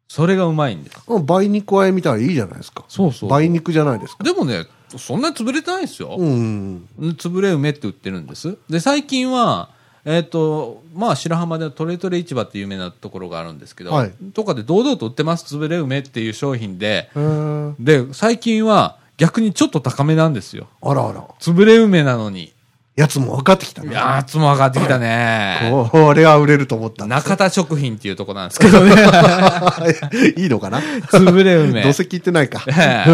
[SPEAKER 1] それがうまいんです。
[SPEAKER 2] あ梅肉あえみたいいいじゃないですか。
[SPEAKER 1] そうそう
[SPEAKER 2] 梅肉じゃないですか。
[SPEAKER 1] でもね、そんなに潰れてないですよ。
[SPEAKER 2] うん。
[SPEAKER 1] 潰れ梅って売ってるんです。で、最近は、えっ、と、まあ、白浜でトレトレ市場って有名なところがあるんですけど、
[SPEAKER 2] はい
[SPEAKER 1] とかで堂々と売ってます、潰れ梅っていう商品で、
[SPEAKER 2] へー
[SPEAKER 1] で、最近は逆にちょっと高めなんですよ。
[SPEAKER 2] あらあら。
[SPEAKER 1] 潰れ梅なのに。
[SPEAKER 2] やつも分かってきたね。
[SPEAKER 1] やつも上がってきたね。
[SPEAKER 2] ここれは売れると思ったんです
[SPEAKER 1] 中田食品っていうとこなん ですけどね。
[SPEAKER 2] いいのかな
[SPEAKER 1] 潰れ 梅。
[SPEAKER 2] どうせ聞いてないか。
[SPEAKER 1] え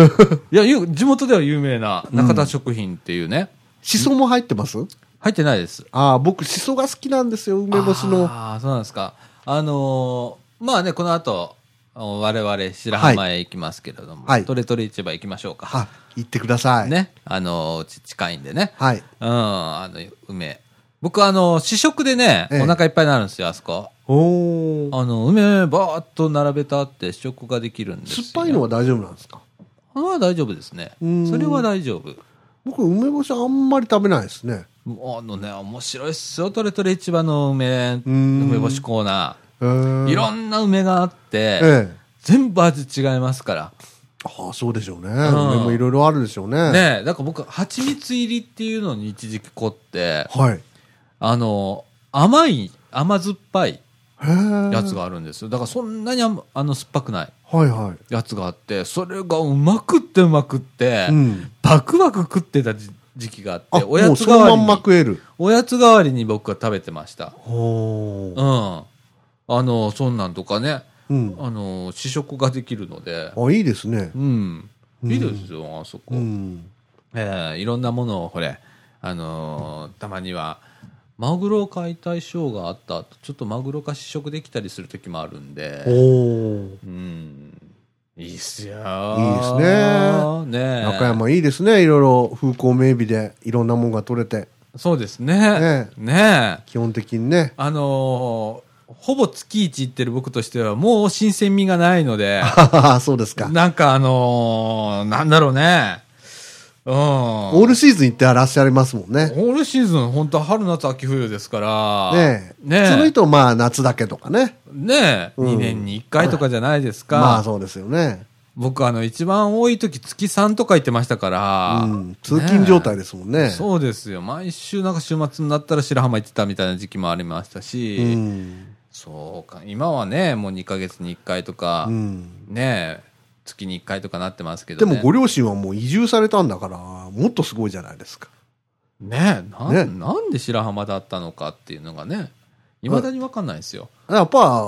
[SPEAKER 1] えいや、ゆ地元では有名な中田食品っていうね。
[SPEAKER 2] しそも入ってます
[SPEAKER 1] 入ってないです。
[SPEAKER 2] ああ、僕、しそが好きなんですよ、梅干しの。
[SPEAKER 1] ああ、そうなんですか。あのーまあね、この後、我々白浜へ行きますけれども、
[SPEAKER 2] はい
[SPEAKER 1] トレトレ市場行きましょうか。
[SPEAKER 2] あ、行ってください。。
[SPEAKER 1] ね。あの、うち近いんでね。
[SPEAKER 2] はい。
[SPEAKER 1] うん、あの、梅。僕、あの、試食でね、
[SPEAKER 2] ええ
[SPEAKER 1] お腹いっぱいになるんですよ、あそこ。
[SPEAKER 2] おー。
[SPEAKER 1] あの、梅、ばーっと並べたって試食ができるんです
[SPEAKER 2] 酸
[SPEAKER 1] よ。
[SPEAKER 2] っぱいのは大丈夫なんですか
[SPEAKER 1] あのは大丈夫ですね。
[SPEAKER 2] うん
[SPEAKER 1] それは大丈夫。
[SPEAKER 2] 僕、梅干しあんまり食べないですね。
[SPEAKER 1] あのね、面白いっすよ、トレトレ市場の梅、
[SPEAKER 2] ん
[SPEAKER 1] 梅干しコーナ
[SPEAKER 2] えー
[SPEAKER 1] ー。いろんな梅があって、
[SPEAKER 2] ええ
[SPEAKER 1] 全部味違いますから。
[SPEAKER 2] ああ、そうでしょうね。梅
[SPEAKER 1] ん
[SPEAKER 2] もいろいろあるでしょうね。。
[SPEAKER 1] ねえ、だから僕、蜂蜜入りっていうのに一時期凝って、
[SPEAKER 2] はい。へ
[SPEAKER 1] あの、甘い、甘酸っぱい
[SPEAKER 2] え。
[SPEAKER 1] やつがあるんですよ。だからそんなにあんあの酸っぱくない
[SPEAKER 2] はいはい。
[SPEAKER 1] やつがあって、それがうまくってうまくって、
[SPEAKER 2] うん
[SPEAKER 1] バクバク食ってたじ時期があって、
[SPEAKER 2] あ、
[SPEAKER 1] おやつ代
[SPEAKER 2] もうそ
[SPEAKER 1] わり
[SPEAKER 2] のまんま
[SPEAKER 1] に、
[SPEAKER 2] 食える。
[SPEAKER 1] おやつ代わりに僕は食べてました。
[SPEAKER 2] ほ
[SPEAKER 1] うん。あの、そんなんとかね、
[SPEAKER 2] うん
[SPEAKER 1] あの、試食ができるので、
[SPEAKER 2] ー。あ、いいですね
[SPEAKER 1] う。ん。いいですよ、あそこ。
[SPEAKER 2] うん。
[SPEAKER 1] えーいろんなものをこれ、あのーたまにはマグロ解体ショーがあった後ちょっとマグロが試食できたりする時もあるん
[SPEAKER 2] お
[SPEAKER 1] で、
[SPEAKER 2] ー。
[SPEAKER 1] うん、いいっすよ
[SPEAKER 2] いいですね
[SPEAKER 1] ねえ
[SPEAKER 2] 中山いいですね。いろいろ風光明媚でいろんなもんが取れて。
[SPEAKER 1] そうですね
[SPEAKER 2] ね
[SPEAKER 1] ねえ
[SPEAKER 2] 基本的に ね。
[SPEAKER 1] あのーほぼ月一行ってる僕としてはもう新鮮味がないので
[SPEAKER 2] そうですか。
[SPEAKER 1] なんかあのーなんだろうねうん
[SPEAKER 2] オールシーズン行ってらっしゃいますもんね。
[SPEAKER 1] オールシーズン、本当春、夏、秋、冬ですから。
[SPEAKER 2] ねえ。
[SPEAKER 1] ねえ。
[SPEAKER 2] その人まあ夏だけとかね。
[SPEAKER 1] ねえ、
[SPEAKER 2] うん
[SPEAKER 1] 2年に1回とかじゃないですか。
[SPEAKER 2] まあそうですよね。
[SPEAKER 1] 僕、あの、一番多い時、月3とか行ってましたから。
[SPEAKER 2] うん。通勤状態
[SPEAKER 1] ね
[SPEAKER 2] ですもん
[SPEAKER 1] え
[SPEAKER 2] ね。
[SPEAKER 1] そうですよ。毎週、なんか週末になったら白浜行ってたみたいな時期もありましたし。
[SPEAKER 2] うん。
[SPEAKER 1] そうか。今はね、もう2ヶ月に1回とか、
[SPEAKER 2] うん。
[SPEAKER 1] ねえ、月に1回とかなってますけ
[SPEAKER 2] で
[SPEAKER 1] ど、ね。
[SPEAKER 2] もご両親はもう移住されたんだから、もっとすごいじゃないですか。
[SPEAKER 1] ねえ、なん
[SPEAKER 2] ね
[SPEAKER 1] なんで白浜だったのかっていうのがね、いまだにわかんないですよ。
[SPEAKER 2] やっぱ、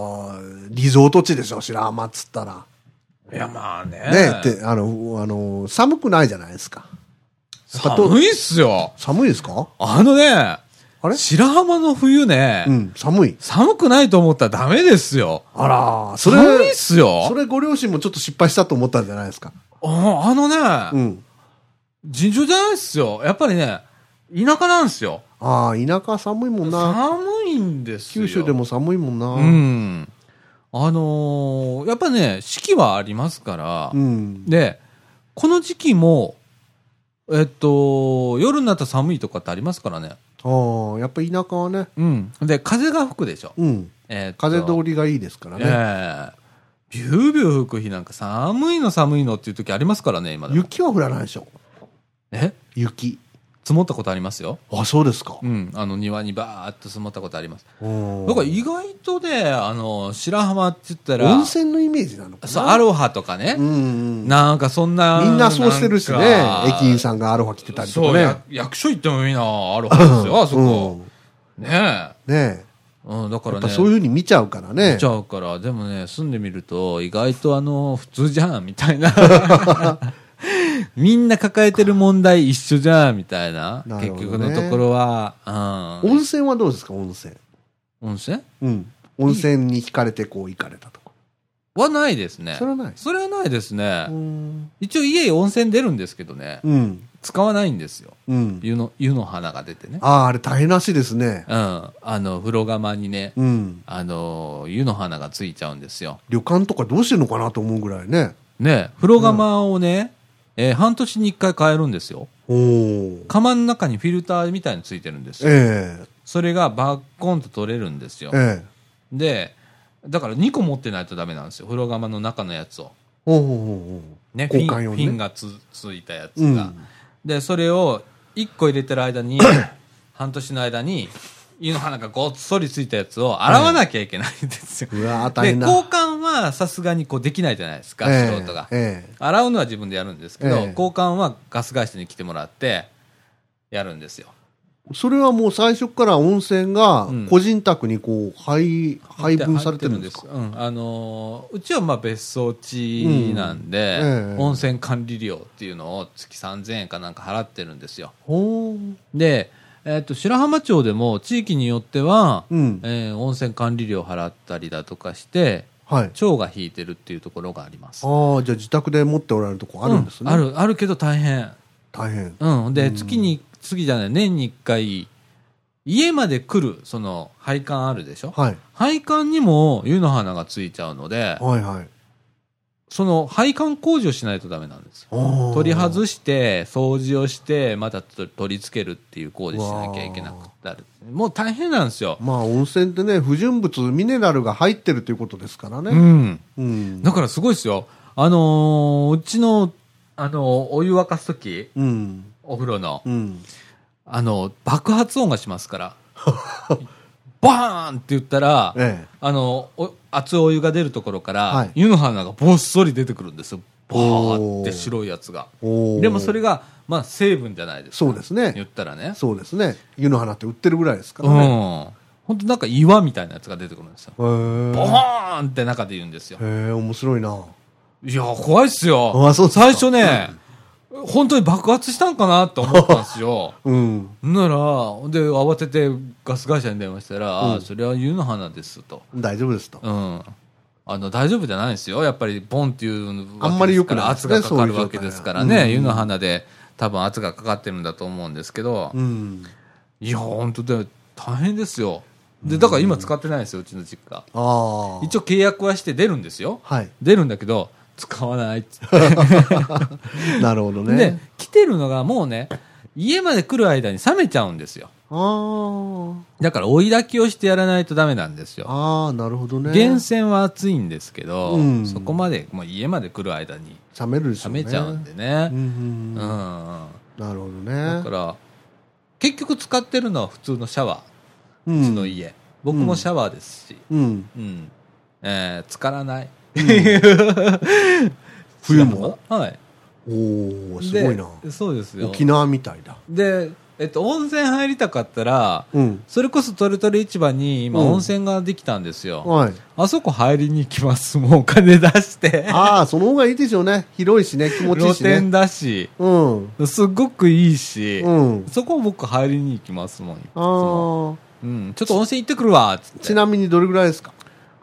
[SPEAKER 2] リゾート地でしょ、白浜っつったら。
[SPEAKER 1] いや、まあね。
[SPEAKER 2] ねえって、あの、あの、寒くないじゃないですか。
[SPEAKER 1] 寒いっすよ。
[SPEAKER 2] 寒いですか
[SPEAKER 1] あのね、
[SPEAKER 2] あれ
[SPEAKER 1] 白浜の冬ね、
[SPEAKER 2] うん、寒い。
[SPEAKER 1] 寒くないと思ったらダメですよ。
[SPEAKER 2] あら、それ、
[SPEAKER 1] 寒いっす
[SPEAKER 2] そ
[SPEAKER 1] よ。
[SPEAKER 2] れご両親もちょっと失敗したと思ったんじゃないですか。
[SPEAKER 1] ああの
[SPEAKER 2] う
[SPEAKER 1] ね、
[SPEAKER 2] ん。
[SPEAKER 1] 尋常じゃないっすよ。やっぱりね、田舎なんですよ。
[SPEAKER 2] ああ、田舎寒いもんな。
[SPEAKER 1] 寒いんですよ。
[SPEAKER 2] 九州で。も寒いもんな。
[SPEAKER 1] うん。あのーやっぱね、四季はありますから、
[SPEAKER 2] うん。
[SPEAKER 1] で、この時期も、えっと、夜になったら寒いとかってありますからね。
[SPEAKER 2] ああ、やっぱ田舎はね、
[SPEAKER 1] うん。で、風が吹くでしょ。
[SPEAKER 2] うん。
[SPEAKER 1] えっと
[SPEAKER 2] 風通りがいいですからね。
[SPEAKER 1] ええビュービュー吹く日なんか寒いの寒いのっていう時ありますからね、今でも。
[SPEAKER 2] 雪は降らないでしょ。
[SPEAKER 1] え
[SPEAKER 2] 雪。
[SPEAKER 1] 積もったことありますよ。
[SPEAKER 2] あ、そうですか
[SPEAKER 1] う。ん。あの庭にバーっと積もったことあります。
[SPEAKER 2] うん
[SPEAKER 1] だから意外とね、あの、白浜って言ったら、
[SPEAKER 2] 温泉のイメージなのかな。
[SPEAKER 1] そう、アロハとかね。
[SPEAKER 2] うんうん。
[SPEAKER 1] なんかそんな。
[SPEAKER 2] みんなそうしてるしね
[SPEAKER 1] なんか。
[SPEAKER 2] 駅員さんがアロハ着てたりと
[SPEAKER 1] そう、
[SPEAKER 2] かね。
[SPEAKER 1] や役所行ってもいいな、アロハですよ、あそこ。ねえ。
[SPEAKER 2] うんね
[SPEAKER 1] うん、だか
[SPEAKER 2] え。や
[SPEAKER 1] ら
[SPEAKER 2] っ
[SPEAKER 1] ね。
[SPEAKER 2] ぱそういうふうに見ちゃうからね。
[SPEAKER 1] ちゃうから、でもね、住んでみると、意外とあの、普通じゃん、みた いな。みんな抱えてる問題一緒じゃん、みたいな。
[SPEAKER 2] なる
[SPEAKER 1] 結
[SPEAKER 2] ほどね
[SPEAKER 1] 局のところは、うん。
[SPEAKER 2] 温泉はどうですか、温泉。
[SPEAKER 1] 温泉
[SPEAKER 2] うん。温泉に惹かれてこう行かれたとか。
[SPEAKER 1] はないですね。
[SPEAKER 2] それはない
[SPEAKER 1] それはないです
[SPEAKER 2] う
[SPEAKER 1] ね。
[SPEAKER 2] ん。
[SPEAKER 1] 一応家温泉出るんですけどね、
[SPEAKER 2] うん。
[SPEAKER 1] 使わないんですよ。
[SPEAKER 2] うん。
[SPEAKER 1] 湯の、湯の花が出てね。
[SPEAKER 2] ああ、あれ大変らしいですね。
[SPEAKER 1] うん。あの、風呂釜にね、
[SPEAKER 2] うん。
[SPEAKER 1] あの、湯の花がついちゃうんですよ。
[SPEAKER 2] 旅館とかどうしてるのかなと思うぐらいね。
[SPEAKER 1] ね、風呂釜をね、えー半年に一回変えるんですよ。
[SPEAKER 2] おお。
[SPEAKER 1] 釜の中にフィルターみたいについてるんですよ。
[SPEAKER 2] え
[SPEAKER 1] それがバッコンと取れるんですよ
[SPEAKER 2] え。ええ。
[SPEAKER 1] で、だから2個持ってないとダメなんですよ。風呂釜の中のやつを。
[SPEAKER 2] おおお
[SPEAKER 1] ね、フィン
[SPEAKER 2] 交換用
[SPEAKER 1] フィン
[SPEAKER 2] ね。
[SPEAKER 1] がつついたやつ
[SPEAKER 2] う
[SPEAKER 1] が。
[SPEAKER 2] ん。
[SPEAKER 1] で、それを1個入れてる間 に、半年の間に、湯の花がごっそりついたやつを洗わなきゃいけないんですよ。
[SPEAKER 2] うわー大
[SPEAKER 1] で、
[SPEAKER 2] 変だ。
[SPEAKER 1] 交換はさすがにこうできないじゃないですか、
[SPEAKER 2] ええ
[SPEAKER 1] 素人が。
[SPEAKER 2] ええ。
[SPEAKER 1] 洗うのは自分でやるんですけど、
[SPEAKER 2] ええ
[SPEAKER 1] 交換はガス会社に来てもらって、やるんですよ。
[SPEAKER 2] それはもう最初から温泉が
[SPEAKER 1] うん
[SPEAKER 2] 個人宅にこう配配分されてるんですか
[SPEAKER 1] 入ってうんあのーうちはまあ別荘地なんで、
[SPEAKER 2] うんええ
[SPEAKER 1] 温泉管理料っていうのを月3000円かなんか払ってるんですよ
[SPEAKER 2] ほう。
[SPEAKER 1] で、えっと白浜町でも地域によっては、
[SPEAKER 2] うん。
[SPEAKER 1] えー温泉管理料払ったりだとかして
[SPEAKER 2] はい。
[SPEAKER 1] 腸が引いてるっていうところがあります。
[SPEAKER 2] ああ、じゃあ自宅で持っておられるとこあるんですね。
[SPEAKER 1] うあ。る、あるけど大変。
[SPEAKER 2] 大変。
[SPEAKER 1] うん。で、月に、月じゃない、年に1回、家まで来る、その、配管あるでしょ、
[SPEAKER 2] はい。
[SPEAKER 1] 配管にも湯の花がついちゃうので、
[SPEAKER 2] はいはい。
[SPEAKER 1] その配管工事をしないとダメなんですよ。
[SPEAKER 2] ああ
[SPEAKER 1] 取り外して、掃除をして、またと取り付けるっていう工事しなきゃいけなくなる。もう大変なんですよ。
[SPEAKER 2] まあ温泉ってね、不純物、ミネラルが入ってるということですから
[SPEAKER 1] う
[SPEAKER 2] ね。
[SPEAKER 1] ん。
[SPEAKER 2] うん。
[SPEAKER 1] だからすごいですよ。あのーうちの、あのーお湯沸かすとき、
[SPEAKER 2] うん。
[SPEAKER 1] お風呂の、
[SPEAKER 2] うん。
[SPEAKER 1] あのー爆発音がします から。バーンって言ったら、
[SPEAKER 2] ええ。
[SPEAKER 1] あのーお熱いお湯が出るところから、
[SPEAKER 2] はい
[SPEAKER 1] 湯の花がぼっそり出てくるんですよ。バーって
[SPEAKER 2] おー
[SPEAKER 1] 白いやつが。
[SPEAKER 2] おー
[SPEAKER 1] でもそれが、まあ、成分じゃないですか。
[SPEAKER 2] そうですね
[SPEAKER 1] 言ったらね。
[SPEAKER 2] そうですね。湯の花って売ってるぐらいですか
[SPEAKER 1] う
[SPEAKER 2] らね。
[SPEAKER 1] ん。本当なんか岩みたいなやつが出てくるんですよ。
[SPEAKER 2] へえ
[SPEAKER 1] ボーンって中で言うんですよ。
[SPEAKER 2] へえ、面白いな。
[SPEAKER 1] いや、怖いっすよ。
[SPEAKER 2] あそうですか
[SPEAKER 1] 最初ね、本当に爆発したんかなと思ったんです よ。
[SPEAKER 2] うん。
[SPEAKER 1] なら、で、慌ててガス会社に電話したら、ああそれは湯の花ですと。
[SPEAKER 2] 大丈夫ですと。
[SPEAKER 1] うん。あの、大丈夫じゃないですよ。やっぱり、ボンっていう、
[SPEAKER 2] あんまり良くないで
[SPEAKER 1] 圧
[SPEAKER 2] すね
[SPEAKER 1] がかかるわけですから
[SPEAKER 2] そういう状態
[SPEAKER 1] ね。
[SPEAKER 2] は
[SPEAKER 1] 湯の花で、多分圧がかかってるんだと思うんですけど。
[SPEAKER 2] うん。
[SPEAKER 1] いや、本当だよ。大変ですよ。で、だから今使ってないんですよ、うちの実家。
[SPEAKER 2] ああ。
[SPEAKER 1] 一応契約はして出るんですよ。
[SPEAKER 2] はい。
[SPEAKER 1] 出るんだけど、使わないっつって。
[SPEAKER 2] なるほど
[SPEAKER 1] で
[SPEAKER 2] ね。、
[SPEAKER 1] 来てるのがもうね、家まで来る間に冷めちゃうんですよ。
[SPEAKER 2] あー
[SPEAKER 1] だから追い焚きをしてやらないとダメなんですよ。
[SPEAKER 2] あー、なるほどね。
[SPEAKER 1] 源泉は熱いんですけど、
[SPEAKER 2] うん
[SPEAKER 1] そこまで、もう家まで来る間に
[SPEAKER 2] 冷めるでしょ
[SPEAKER 1] 冷
[SPEAKER 2] うね。
[SPEAKER 1] めちゃうんで
[SPEAKER 2] うん
[SPEAKER 1] ね。
[SPEAKER 2] う
[SPEAKER 1] うん、う
[SPEAKER 2] んう
[SPEAKER 1] ん。
[SPEAKER 2] ん。なるほどね。
[SPEAKER 1] だから、結局使ってるのは普通のシャワ
[SPEAKER 2] う
[SPEAKER 1] ー、うちの
[SPEAKER 2] ん。
[SPEAKER 1] 家。僕もシャワーですし。
[SPEAKER 2] うん。
[SPEAKER 1] うん。えー、浸からない。
[SPEAKER 2] 冬も
[SPEAKER 1] はい。
[SPEAKER 2] おおすごいな。
[SPEAKER 1] でそうですよ。
[SPEAKER 2] 沖縄みたいだ。
[SPEAKER 1] で、えっと、温泉入りたかったら、
[SPEAKER 2] うん。
[SPEAKER 1] それこそトルトル市場に今
[SPEAKER 2] うん
[SPEAKER 1] 温泉ができたんですよ。
[SPEAKER 2] はい。
[SPEAKER 1] あそこ入りに行きます。もうお金出して。
[SPEAKER 2] ああ、その方がいいでしょうね。広いしね、気持ちいい
[SPEAKER 1] 露
[SPEAKER 2] しね
[SPEAKER 1] 天。だし、
[SPEAKER 2] うん。
[SPEAKER 1] すっごくいいし、
[SPEAKER 2] うん。
[SPEAKER 1] そこ僕入りに行きますもん。いつも
[SPEAKER 2] ああ。
[SPEAKER 1] うん、ちょっと温泉行ってくるわ、つって
[SPEAKER 2] ち。なみにどれぐらいですか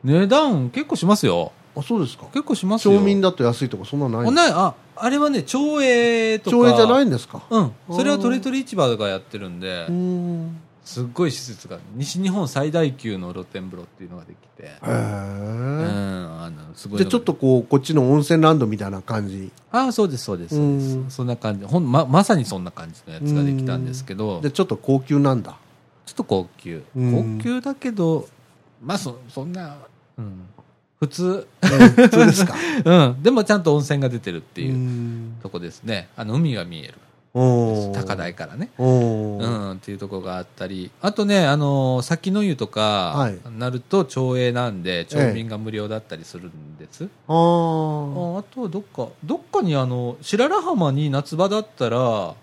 [SPEAKER 1] 値段結構しますよ。
[SPEAKER 2] あ、そうですか。
[SPEAKER 1] 結構しますよ。
[SPEAKER 2] 町民だと安いとかそんなない
[SPEAKER 1] あ
[SPEAKER 2] んです
[SPEAKER 1] ないあ、あれはね、町営と
[SPEAKER 2] か
[SPEAKER 1] か。
[SPEAKER 2] 町営じゃないんですか
[SPEAKER 1] うん。それはトリトリ市場がやってるんで
[SPEAKER 2] うー、ん。
[SPEAKER 1] すっごい施設が、西日本最大級の露天風呂っていうのができて、
[SPEAKER 2] へ
[SPEAKER 1] うん、
[SPEAKER 2] え。
[SPEAKER 1] あの、すごい
[SPEAKER 2] じ
[SPEAKER 1] のが。
[SPEAKER 2] ゃあちょっとこう、こっちの温泉ランドみたいな感じ。
[SPEAKER 1] ああ、そうです、そうです、そうで
[SPEAKER 2] う
[SPEAKER 1] す。
[SPEAKER 2] ん
[SPEAKER 1] そんな感じ。ほん、ま、まさにそんな感じのやつができたんですけど、
[SPEAKER 2] じ
[SPEAKER 1] ちょ
[SPEAKER 2] ゃあちょっと高級な んだ。
[SPEAKER 1] っと高級。
[SPEAKER 2] うん
[SPEAKER 1] 高級だけど、まあ、そ、そんな、うん。普通。
[SPEAKER 2] 普通ですか。
[SPEAKER 1] うん。でもちゃんと温泉が出てるって
[SPEAKER 2] う
[SPEAKER 1] い
[SPEAKER 2] ー
[SPEAKER 1] うんとこですね。あの、海が見える。
[SPEAKER 2] おー
[SPEAKER 1] 高台からね。
[SPEAKER 2] お
[SPEAKER 1] う
[SPEAKER 2] ー
[SPEAKER 1] ん、っていうところがあったり、あとね、あの先の湯と
[SPEAKER 2] は
[SPEAKER 1] か
[SPEAKER 2] い
[SPEAKER 1] なると町営なんで、町
[SPEAKER 2] ええ
[SPEAKER 1] 民が無料だったりするんです、
[SPEAKER 2] あー
[SPEAKER 1] ああとはどっか、どっかにあの白良浜に夏場だったら、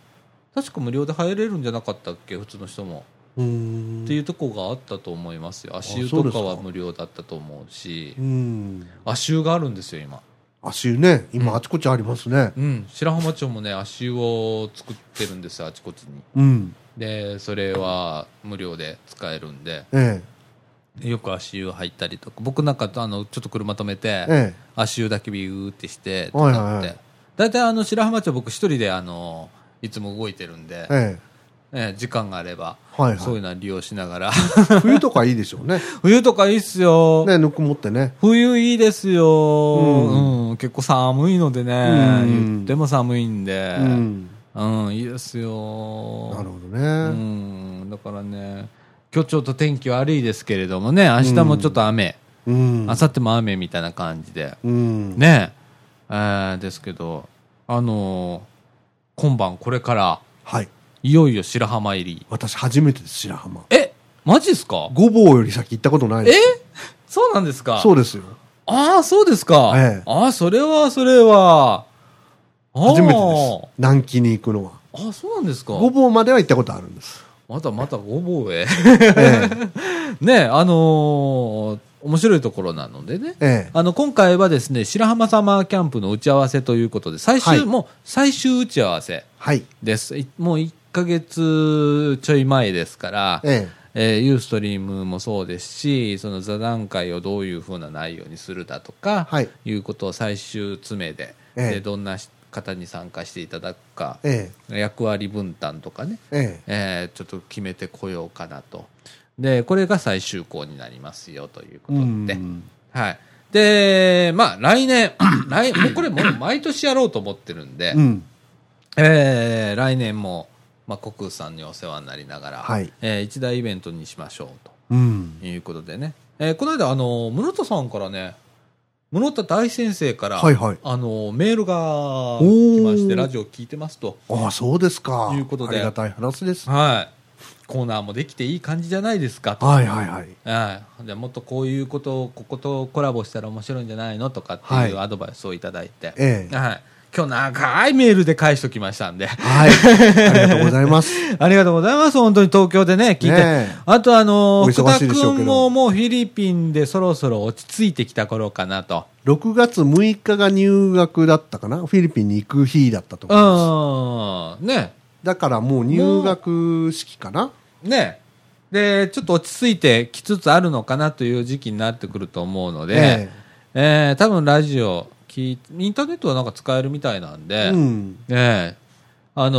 [SPEAKER 1] 確か無料で入れるんじゃなかったっけ、普通の人も。
[SPEAKER 2] うーん
[SPEAKER 1] っていうとこがあったと思いますよ、足湯
[SPEAKER 2] そう
[SPEAKER 1] と
[SPEAKER 2] です
[SPEAKER 1] か
[SPEAKER 2] か
[SPEAKER 1] は無料だったと思うし
[SPEAKER 2] う、ん。
[SPEAKER 1] 足湯があるんですよ、今。
[SPEAKER 2] 足湯ね、
[SPEAKER 1] う
[SPEAKER 2] 今
[SPEAKER 1] ん
[SPEAKER 2] あちこちありますね。
[SPEAKER 1] うん、白浜町もね、足湯を作ってるんですよ、あちこちに。
[SPEAKER 2] うん。
[SPEAKER 1] で、それは無料で使えるんで。
[SPEAKER 2] え
[SPEAKER 1] よく足湯入ったりとか僕なんかあのちょっと車止め
[SPEAKER 2] え。
[SPEAKER 1] て
[SPEAKER 2] え
[SPEAKER 1] 足湯だけビューってしてと
[SPEAKER 2] はいはい
[SPEAKER 1] か
[SPEAKER 2] はい
[SPEAKER 1] って大体あの白浜町僕一人であのいつも動いてるんで
[SPEAKER 2] え。、
[SPEAKER 1] え
[SPEAKER 2] ええ。
[SPEAKER 1] え時間があれば、
[SPEAKER 2] はい
[SPEAKER 1] そういう
[SPEAKER 2] は
[SPEAKER 1] のは利用しながら
[SPEAKER 2] い。冬とかいいでしょうね。
[SPEAKER 1] 冬とかいいっすよ、
[SPEAKER 2] ね、ぬくもってね。
[SPEAKER 1] 冬いいですよ、う
[SPEAKER 2] うん
[SPEAKER 1] ん結構寒いのでね、
[SPEAKER 2] うん
[SPEAKER 1] 言っても寒いんで、
[SPEAKER 2] う
[SPEAKER 1] うん
[SPEAKER 2] ん。
[SPEAKER 1] いいですよ
[SPEAKER 2] なるほど
[SPEAKER 1] う
[SPEAKER 2] ね。
[SPEAKER 1] ん、だからね今日ちょっと天気悪いですけれどもね明日もちょっと雨、
[SPEAKER 2] うん。
[SPEAKER 1] 明後日も雨みたいな感じで、
[SPEAKER 2] うん。
[SPEAKER 1] ねええーですけど、あのー今晩これから、
[SPEAKER 2] はい。
[SPEAKER 1] いよいよ白浜入り。
[SPEAKER 2] 私初めてです、白浜。
[SPEAKER 1] えマジですか
[SPEAKER 2] ごぼうより先行ったことない
[SPEAKER 1] え
[SPEAKER 2] です。
[SPEAKER 1] そうなんですか
[SPEAKER 2] そうですよ。
[SPEAKER 1] ああ、そうですか。
[SPEAKER 2] ええ
[SPEAKER 1] ああ、それは、それは。あー
[SPEAKER 2] 初めてです。南紀に行くのは。
[SPEAKER 1] ああ、そうなんですか。
[SPEAKER 2] ごぼうまでは行ったことあるんです。
[SPEAKER 1] またまたごぼうへ。
[SPEAKER 2] え
[SPEAKER 1] ねえあのー面白いところなのでね。
[SPEAKER 2] え。ええ。
[SPEAKER 1] あの、今回はですね、白浜サマーキャンプの打ち合わせということで、最終、
[SPEAKER 2] はい
[SPEAKER 1] もう最終打ち合わせ。
[SPEAKER 2] はい。
[SPEAKER 1] です。いもう1ヶ月ちょい前ですから、え
[SPEAKER 2] ええ。
[SPEAKER 1] えーユーストリームもそうですし、その座談会をどういうふうな内容にするだとか、
[SPEAKER 2] はい
[SPEAKER 1] い、うことを最終詰めで、
[SPEAKER 2] ええ
[SPEAKER 1] でどんな方に参加していただくか、
[SPEAKER 2] え
[SPEAKER 1] 役割分担とかね、
[SPEAKER 2] ええ
[SPEAKER 1] えーちょっと決めてこようかなと。で、これが最終項になりますよというこ
[SPEAKER 2] え
[SPEAKER 1] とで。はい。で、まあ来年、 来、もうこれもう毎年やろうと思ってるんで、
[SPEAKER 2] うん
[SPEAKER 1] えー来年も、まあ、国空さんにお世話になりながら、
[SPEAKER 2] はい
[SPEAKER 1] えー一大イベントにしましょう
[SPEAKER 2] うん
[SPEAKER 1] ということでね、えーこの間、あの室田さんからね、室田大先生から、
[SPEAKER 2] はいはい
[SPEAKER 1] あのメールが
[SPEAKER 2] ー
[SPEAKER 1] 来まして、ラジオ聞いてますと、
[SPEAKER 2] ああそうですか
[SPEAKER 1] いうことで
[SPEAKER 2] ありがたい話です
[SPEAKER 1] はい、コーナーもできていい感じじゃないですかと。
[SPEAKER 2] はいはいはい
[SPEAKER 1] はい、でもっとこういうことをこことコラボしたら面白いんじゃないのとかって
[SPEAKER 2] はいいう
[SPEAKER 1] アドバイスをいただいて、
[SPEAKER 2] ええ
[SPEAKER 1] はい、今日長いメールで返しときましたんで
[SPEAKER 2] はいありがとうございます
[SPEAKER 1] ありがとうございます。本当に東京でね、聞いて。
[SPEAKER 2] ねえ
[SPEAKER 1] あとあのー、
[SPEAKER 2] お
[SPEAKER 1] 福田
[SPEAKER 2] 忙しいでしょうけど
[SPEAKER 1] 君ももうフィリピンでそろそろ落ち着いてきた頃かなと。
[SPEAKER 2] 6月6日が入学だったかなフィリピンに行く日だったと
[SPEAKER 1] う
[SPEAKER 2] 思いま
[SPEAKER 1] ん。ね
[SPEAKER 2] すだからもう入学式かな
[SPEAKER 1] え。ねえ。で、ちょっと落ち着いてきつつあるのかなという時期になってくると思うので、え
[SPEAKER 2] え
[SPEAKER 1] え多分ラジオ聞い、インターネットはなんか使えるみたいなんで、
[SPEAKER 2] うん
[SPEAKER 1] ええあのー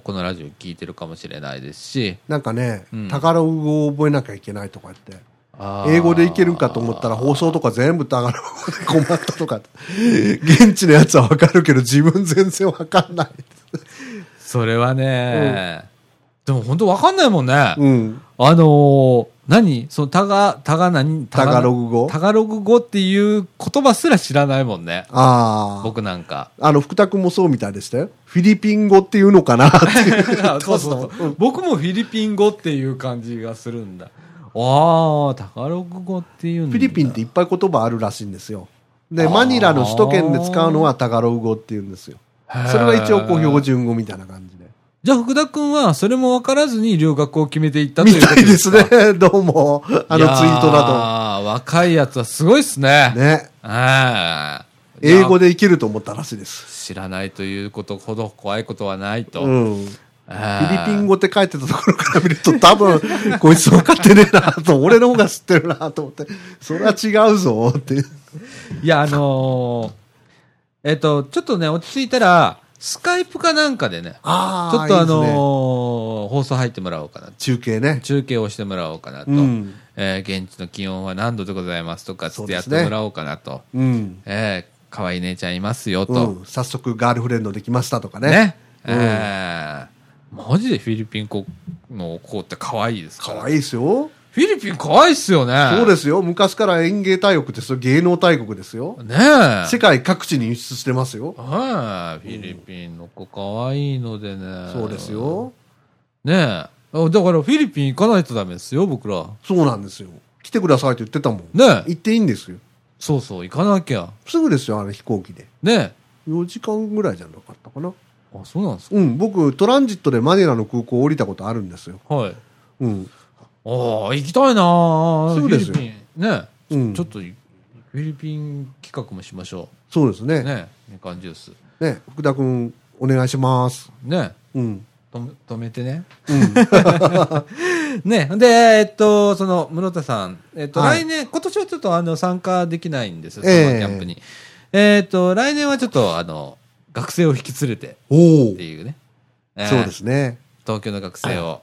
[SPEAKER 1] このラジオ聞いてるかもしれないですし、
[SPEAKER 2] なんかね、
[SPEAKER 1] うん
[SPEAKER 2] 宝語を覚えなきゃいけないとか言って、
[SPEAKER 1] あー
[SPEAKER 2] 英語でいけるかと思ったら放送とか全部宝語で困ったとか、現地のやつはわかるけど自分全然わかんない。
[SPEAKER 1] それはね、でも本当わかんないもんね。
[SPEAKER 2] うん。
[SPEAKER 1] あのー何そのタガ、タガ何
[SPEAKER 2] タガログ語
[SPEAKER 1] タガログ語っていう言葉すら知らないもんね。
[SPEAKER 2] ああ。
[SPEAKER 1] 僕なん か。
[SPEAKER 2] あの、福田君もそうみたいでしたよ。フィリピン語っていうのかなっていう
[SPEAKER 1] そうそうそう。僕もフィリピン語っていう感じがするんだ。ああ、タガログ語っていうんだ。
[SPEAKER 2] フィリピンっていっぱい言葉あるらしいんですよ。で、マニラの首都圏で使うのはタガログ語っていうんですよ。
[SPEAKER 1] へえ
[SPEAKER 2] それが一応こう標準語みたいな感じで。
[SPEAKER 1] じゃあ福田君はそれも分からずに留学を決めていったと
[SPEAKER 2] み
[SPEAKER 1] いうこ
[SPEAKER 2] た
[SPEAKER 1] と
[SPEAKER 2] いで
[SPEAKER 1] です
[SPEAKER 2] す
[SPEAKER 1] か。
[SPEAKER 2] ね。どうも。あのツイートだ
[SPEAKER 1] ああ、若いやつはすごいっすね。
[SPEAKER 2] と。。ね。
[SPEAKER 1] あ
[SPEAKER 2] 英語
[SPEAKER 1] で。
[SPEAKER 2] でいけると思ったらしいです。
[SPEAKER 1] 知らないということほど怖いことはないと。
[SPEAKER 2] うん。フ
[SPEAKER 1] あ
[SPEAKER 2] ィ
[SPEAKER 1] ー
[SPEAKER 2] リピン語って書いてたところから見ると多分、こいつ分かってねえなと、俺の方が知ってるなと思って、それは違うぞって。
[SPEAKER 1] いや、あのーえっと、ちょっとね、落ち着いたら、スカイプかなんかでね、
[SPEAKER 2] あ
[SPEAKER 1] ちょっとあのー
[SPEAKER 2] ね、
[SPEAKER 1] 放送入ってもらおうかな。
[SPEAKER 2] 中継ね。
[SPEAKER 1] 中継をしてもらおうかなと。
[SPEAKER 2] うん
[SPEAKER 1] えー現地の気温は何度でございますとかつ
[SPEAKER 2] そ
[SPEAKER 1] っ
[SPEAKER 2] う
[SPEAKER 1] て
[SPEAKER 2] で
[SPEAKER 1] やっ
[SPEAKER 2] す
[SPEAKER 1] て
[SPEAKER 2] ね
[SPEAKER 1] もらおうかなと。
[SPEAKER 2] うん。
[SPEAKER 1] えー、可愛い姉ちゃんいますよ
[SPEAKER 2] う
[SPEAKER 1] と。
[SPEAKER 2] ん。早速、ガールフレンドできましたとか
[SPEAKER 1] ね。
[SPEAKER 2] ね。
[SPEAKER 1] えーマジでフィリピン子の子って可愛いですか
[SPEAKER 2] 可
[SPEAKER 1] ら。
[SPEAKER 2] 愛いですよ。
[SPEAKER 1] フィリピン可愛いっすよね。
[SPEAKER 2] そうですよ。昔から園芸大国ですよ。芸能大国ですよ。
[SPEAKER 1] ねえ。
[SPEAKER 2] 世界各地に輸出してますよ。
[SPEAKER 1] はい、フィリピンの子可愛いのでね。
[SPEAKER 2] そうです。よ。
[SPEAKER 1] ねえ。あだからフィリピン行かないとダメですよ、僕ら。
[SPEAKER 2] そうなんですよ。来てくださいって言ってたもん。
[SPEAKER 1] ねえ
[SPEAKER 2] 行っていいんですよ。
[SPEAKER 1] そうそう、行かなきゃ。
[SPEAKER 2] すぐですよ、あの飛行機で。
[SPEAKER 1] ね
[SPEAKER 2] 4時間ぐらいじゃなかったかな。
[SPEAKER 1] え。あ、そうなんです
[SPEAKER 2] うん、僕、トランジットでマニラの空港降りたことあるんですよ。
[SPEAKER 1] か。はい。あ
[SPEAKER 2] うん。
[SPEAKER 1] あ、行きたいなあ
[SPEAKER 2] そうですよ
[SPEAKER 1] フィリピン。ねえ。
[SPEAKER 2] うん
[SPEAKER 1] ちょっと、フィリピン企画もしましょ
[SPEAKER 2] そうです
[SPEAKER 1] う。
[SPEAKER 2] ね。ね
[SPEAKER 1] ねえ。みかんジュース。
[SPEAKER 2] 福田君、お願いします。
[SPEAKER 1] ねえ。
[SPEAKER 2] うん。
[SPEAKER 1] とめ止めてね。ね。で、えっと、その、室田さん、えっと、
[SPEAKER 2] は
[SPEAKER 1] 来
[SPEAKER 2] い
[SPEAKER 1] 年、今年はちょっとあの参加できないんですよ、その
[SPEAKER 2] ええ
[SPEAKER 1] キャンプに。えっと、来年はちょっと、あの、学生を引き連れて
[SPEAKER 2] おお
[SPEAKER 1] って。いうね。えー
[SPEAKER 2] そうですね。
[SPEAKER 1] 東京の学生を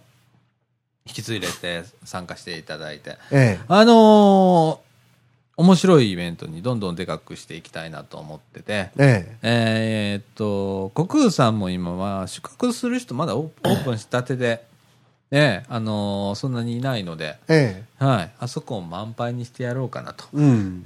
[SPEAKER 1] 引き連れて参加していただいて。
[SPEAKER 2] え
[SPEAKER 1] あのー面白いイベントにどんどんでかくしていきたいなと思ってて。
[SPEAKER 2] え。え
[SPEAKER 1] えーっと、国空さんも今は宿泊する人まだオープンオ ープンしたてで、ええあのーそんなにいないので、
[SPEAKER 2] え。ええ。
[SPEAKER 1] はい、あそこを満杯にしてやろうかな と。
[SPEAKER 2] うん。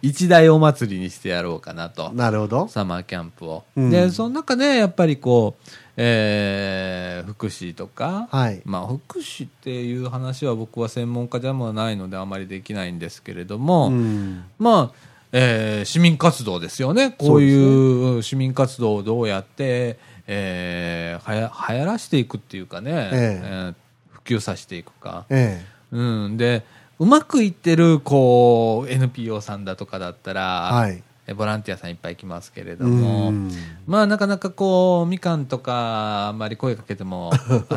[SPEAKER 1] 一大お祭りにしてやろうかなと。
[SPEAKER 2] なるほど。
[SPEAKER 1] サマーキャンプを。
[SPEAKER 2] うん
[SPEAKER 1] で、その中で、やっぱりこう、えー福祉とか、
[SPEAKER 2] はい
[SPEAKER 1] まあ、福祉っていう話は僕は専門家でもないのであまりできないんですけれども、
[SPEAKER 2] うん。
[SPEAKER 1] まあえー市民活動ですよね、こういう市民活動をどうやって、えーはや流行らしていくっていうかね、
[SPEAKER 2] ええ
[SPEAKER 1] ー普及させていくか、
[SPEAKER 2] え
[SPEAKER 1] うん、でうまくいってるこう NPO さんだとかだったら、
[SPEAKER 2] え。はい。
[SPEAKER 1] えボランティアさんいっぱい来ますけれども、まあなかなかこう、みかんとか、あんまり声かけて も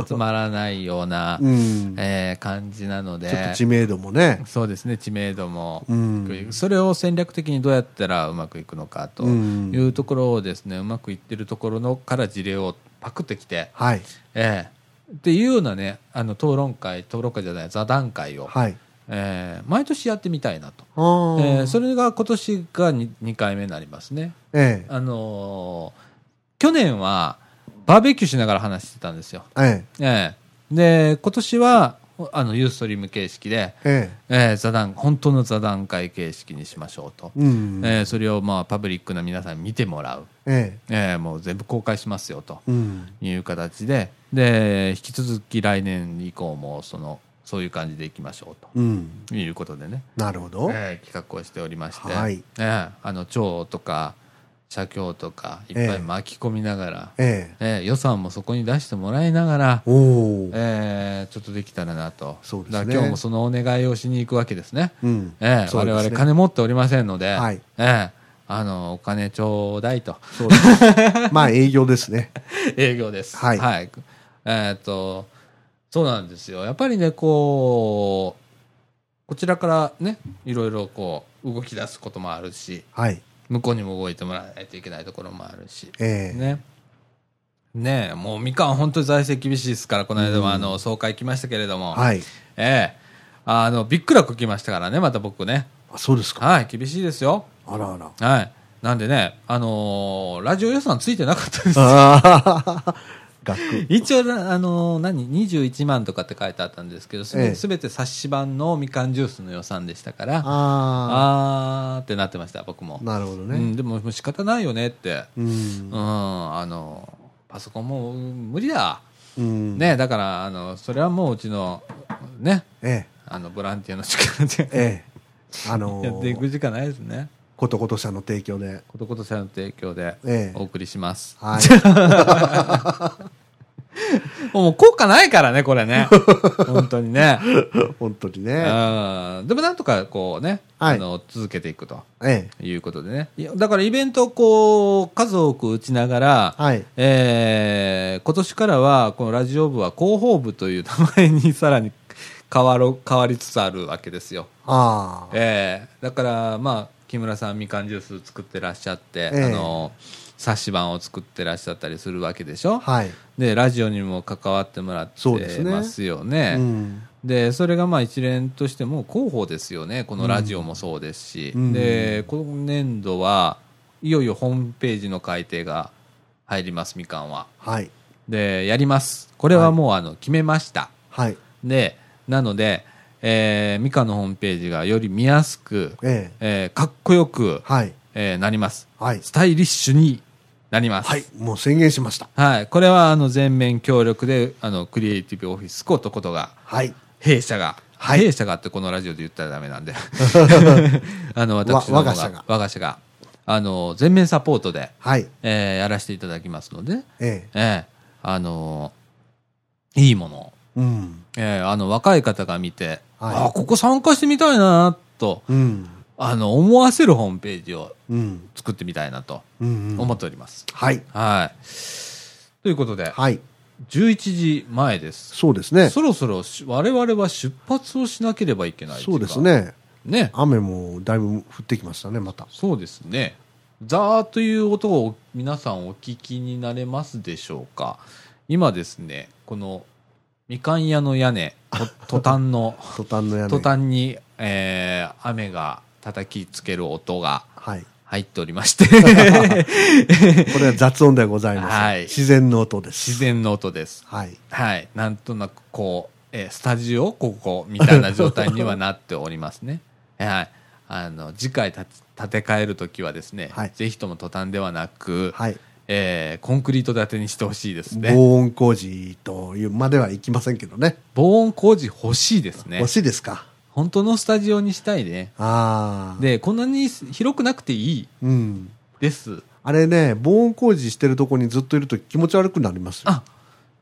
[SPEAKER 1] 集まらないような、
[SPEAKER 2] うん
[SPEAKER 1] えー感じなので。
[SPEAKER 2] ちょっと知名度もね。
[SPEAKER 1] そうですね知名度も、
[SPEAKER 2] うん
[SPEAKER 1] それを戦略的にどうやったらうまくいくのかと
[SPEAKER 2] うん
[SPEAKER 1] いうところをですねうまくいってるところのから事例をパクってきて、
[SPEAKER 2] はい。
[SPEAKER 1] ええっていうようなねあの討論会討論会じゃない座談会を、
[SPEAKER 2] はい。
[SPEAKER 1] ええ毎年やってみたいなと、
[SPEAKER 2] あー
[SPEAKER 1] ええそれが今年が 2, 回目になりますね。
[SPEAKER 2] え
[SPEAKER 1] あのー去年はバーベキューしながら話してたんですよ。
[SPEAKER 2] え。え
[SPEAKER 1] ええで今年はあのユーストリーム形式で、
[SPEAKER 2] え。え
[SPEAKER 1] えー座談本当の座談会形式にしましょうと、
[SPEAKER 2] え。うん。え
[SPEAKER 1] えーそれをまあパブリックな皆さんに見てもらう、
[SPEAKER 2] え。
[SPEAKER 1] えーもう全部公開しますよと
[SPEAKER 2] うん。
[SPEAKER 1] いう形でで引き続き来年以降もそのそういう感じでいきましょう
[SPEAKER 2] うん。
[SPEAKER 1] ということでね、
[SPEAKER 2] なるほど。
[SPEAKER 1] えー企画をしておりまして、
[SPEAKER 2] はい
[SPEAKER 1] えーあの町とか社協とかいっぱい巻き込みながら、え
[SPEAKER 2] え
[SPEAKER 1] ー
[SPEAKER 2] え。
[SPEAKER 1] 予算もそこに出してもらいながら、
[SPEAKER 2] おお。
[SPEAKER 1] えーちょっとできたらなと
[SPEAKER 2] そうですね
[SPEAKER 1] だから今日もそのお願いをしに行くわけですね。
[SPEAKER 2] うん。
[SPEAKER 1] ええ
[SPEAKER 2] そう
[SPEAKER 1] 我
[SPEAKER 2] です
[SPEAKER 1] 々
[SPEAKER 2] ね
[SPEAKER 1] 金持っておりませんので、
[SPEAKER 2] はい
[SPEAKER 1] ええあの、お金ちょうだいと、
[SPEAKER 2] そうです。 まあ営業ですね。
[SPEAKER 1] 営業です。
[SPEAKER 2] はい
[SPEAKER 1] えーっと、そうなんですよ。やっぱりね、こう、こちらからね、いろいろこう、動き出すこともあるし、
[SPEAKER 2] はい。
[SPEAKER 1] 向こうにも動いてもらわないといけないところもあるし、
[SPEAKER 2] ええ。
[SPEAKER 1] ね。ねえ、もうみかん本当に財政厳しいですから、この間はあの、総会来ましたけれども、
[SPEAKER 2] はい。
[SPEAKER 1] ええあの、びっくらこきましたからね、また僕ね。
[SPEAKER 2] あ、そうですか。
[SPEAKER 1] はい、厳しいですよ。
[SPEAKER 2] あらあら。
[SPEAKER 1] はい。なんでね、あのーラジオ予算ついてなかったです。
[SPEAKER 2] あ あ。額。
[SPEAKER 1] 一応、あのー何、21万とかって書いてあったんですけど、すべ,、
[SPEAKER 2] ええ
[SPEAKER 1] て冊子版のみかんジュースの予算でしたから、あ
[SPEAKER 2] あ
[SPEAKER 1] ーってなってました、僕も
[SPEAKER 2] あ。。なるほど
[SPEAKER 1] う
[SPEAKER 2] ね。
[SPEAKER 1] ん、でも、もう仕方ないよねって。
[SPEAKER 2] う
[SPEAKER 1] うんん、。あのーパソコンもうん無理だ。
[SPEAKER 2] うん。
[SPEAKER 1] ね、だから、あの、それはもううちの、ね、
[SPEAKER 2] え
[SPEAKER 1] あの、ボランティアの力
[SPEAKER 2] え。
[SPEAKER 1] で
[SPEAKER 2] ええ。あのー
[SPEAKER 1] やっていくしかないですね。
[SPEAKER 2] ことことさんの提供で。
[SPEAKER 1] ことことさんの提供で
[SPEAKER 2] え
[SPEAKER 1] お
[SPEAKER 2] え。
[SPEAKER 1] 送りします。
[SPEAKER 2] はい。
[SPEAKER 1] もう効果ないからね、これ ね。本当にね。
[SPEAKER 2] 本当に
[SPEAKER 1] う
[SPEAKER 2] ね。
[SPEAKER 1] ん。でもなんとかこうね、
[SPEAKER 2] はい
[SPEAKER 1] あの、続けていくと
[SPEAKER 2] ええ。
[SPEAKER 1] いうことでね。いやだからイベントをこう、数多く打ちながら、
[SPEAKER 2] はい。
[SPEAKER 1] えー今年からは、このラジオ部は広報部という名前にさらに変わろ、 変わりつつあるわけですよ。
[SPEAKER 2] ああ。
[SPEAKER 1] えーだから、まあ、木村さんみかんジュース作ってらっしゃって、
[SPEAKER 2] ええ
[SPEAKER 1] あの、冊子版を作ってらっしゃったりするわけでしょ。
[SPEAKER 2] はい。
[SPEAKER 1] でラジオにも関わってもらって
[SPEAKER 2] そうですね
[SPEAKER 1] ますよ
[SPEAKER 2] う
[SPEAKER 1] ね。
[SPEAKER 2] ん。
[SPEAKER 1] でそれがまあ一連としても広報ですよねこのラジオもそうですし、
[SPEAKER 2] うん
[SPEAKER 1] で今年度はいよいよホームページの改定が入りますみかんは。
[SPEAKER 2] はい。
[SPEAKER 1] でやりますこれはもうあの決めました。
[SPEAKER 2] はい。
[SPEAKER 1] でなので、えーみかんのホームページがより見やすく、
[SPEAKER 2] ええ。
[SPEAKER 1] えーかっこよく、
[SPEAKER 2] はい。
[SPEAKER 1] えーなります。
[SPEAKER 2] はい。
[SPEAKER 1] スタイリッシュになります。
[SPEAKER 2] はい。もう宣言しました。
[SPEAKER 1] はい、これはあの全面協力であのクリエイティブオフィスことことが
[SPEAKER 2] はい。
[SPEAKER 1] 弊社が、
[SPEAKER 2] はい
[SPEAKER 1] 弊社がってこのラジオで言ったらダメ なんであの私の方
[SPEAKER 2] わ我が社が
[SPEAKER 1] 我が社があの全面サポートで、
[SPEAKER 2] はい。
[SPEAKER 1] えーやらせていただきますので、
[SPEAKER 2] ええ。
[SPEAKER 1] えーあのいいものを、
[SPEAKER 2] うん。
[SPEAKER 1] えーあの若い方が見て、
[SPEAKER 2] はい
[SPEAKER 1] あここ参加してみたいなと
[SPEAKER 2] うん。
[SPEAKER 1] あの思わせるホームページを
[SPEAKER 2] うん。
[SPEAKER 1] 作ってみたいなと
[SPEAKER 2] うん。
[SPEAKER 1] 思っております。
[SPEAKER 2] はい。
[SPEAKER 1] はいということで、
[SPEAKER 2] はい。
[SPEAKER 1] 11時前です。
[SPEAKER 2] そうですね。
[SPEAKER 1] そろそろし我々は出発をしなければいけない時間
[SPEAKER 2] そうです。ね。
[SPEAKER 1] ね。
[SPEAKER 2] 雨もだいぶ降ってきましたね、また。
[SPEAKER 1] そうですね。ザーという音を皆さんお聞きになれますでしょうか。今ですね、このみかん屋の屋根、 とトタンの、
[SPEAKER 2] 途端の屋根。
[SPEAKER 1] トタンに、えー雨が叩きつける音が
[SPEAKER 2] はい。
[SPEAKER 1] 入っておりま して、
[SPEAKER 2] これは雑音ではございません。
[SPEAKER 1] はい
[SPEAKER 2] 自然の音です。
[SPEAKER 1] 自。然の音です。
[SPEAKER 2] はい。
[SPEAKER 1] はい、なんとなくこう、えースタジオここみたいな状態にはなっております ね。はい、あの次回た建て替える時はですね、
[SPEAKER 2] はい
[SPEAKER 1] ぜひともトタンではなく、
[SPEAKER 2] はい。
[SPEAKER 1] えーコンクリート建てにしてほしいですね。
[SPEAKER 2] 防音工事というまではいきませんけどね。
[SPEAKER 1] 防音工事欲しいですね
[SPEAKER 2] 欲。しいですか。
[SPEAKER 1] 本当のスタジオにしたいね。
[SPEAKER 2] ああ。、
[SPEAKER 1] で、こんなに広くなくていい
[SPEAKER 2] うん。
[SPEAKER 1] です。
[SPEAKER 2] あれね、防音工事してるとこにずっといると気持ち悪くなりますよ。
[SPEAKER 1] あ、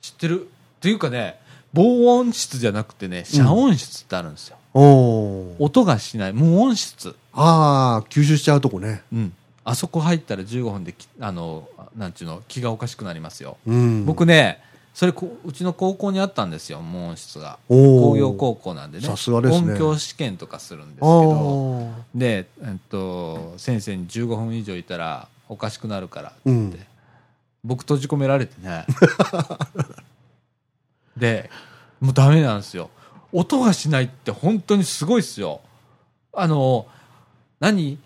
[SPEAKER 1] 知ってる。というかね、防音室じゃなくてね、遮音室ってあるんですよ。
[SPEAKER 2] おお。
[SPEAKER 1] 音がしない無音室。
[SPEAKER 2] ああ、吸収しちゃうとこね。
[SPEAKER 1] うん。あそこ入ったら15分できあのなんちゅうの気がおかしくなりますよ、
[SPEAKER 2] うん、
[SPEAKER 1] 僕ねそれこうちの高校にあったんですよ無音室が
[SPEAKER 2] おー
[SPEAKER 1] 工業高校なんでね
[SPEAKER 2] さすがですね
[SPEAKER 1] 音響試験とかするんですけ
[SPEAKER 2] あ
[SPEAKER 1] ど
[SPEAKER 2] ー
[SPEAKER 1] で、えっと、先生に15分以上いたらおかしくなるからって
[SPEAKER 2] う
[SPEAKER 1] 言っ
[SPEAKER 2] ん
[SPEAKER 1] て、僕閉じ込められてね でもうダメなんですよ音がしないって本当にすごいっすよあの何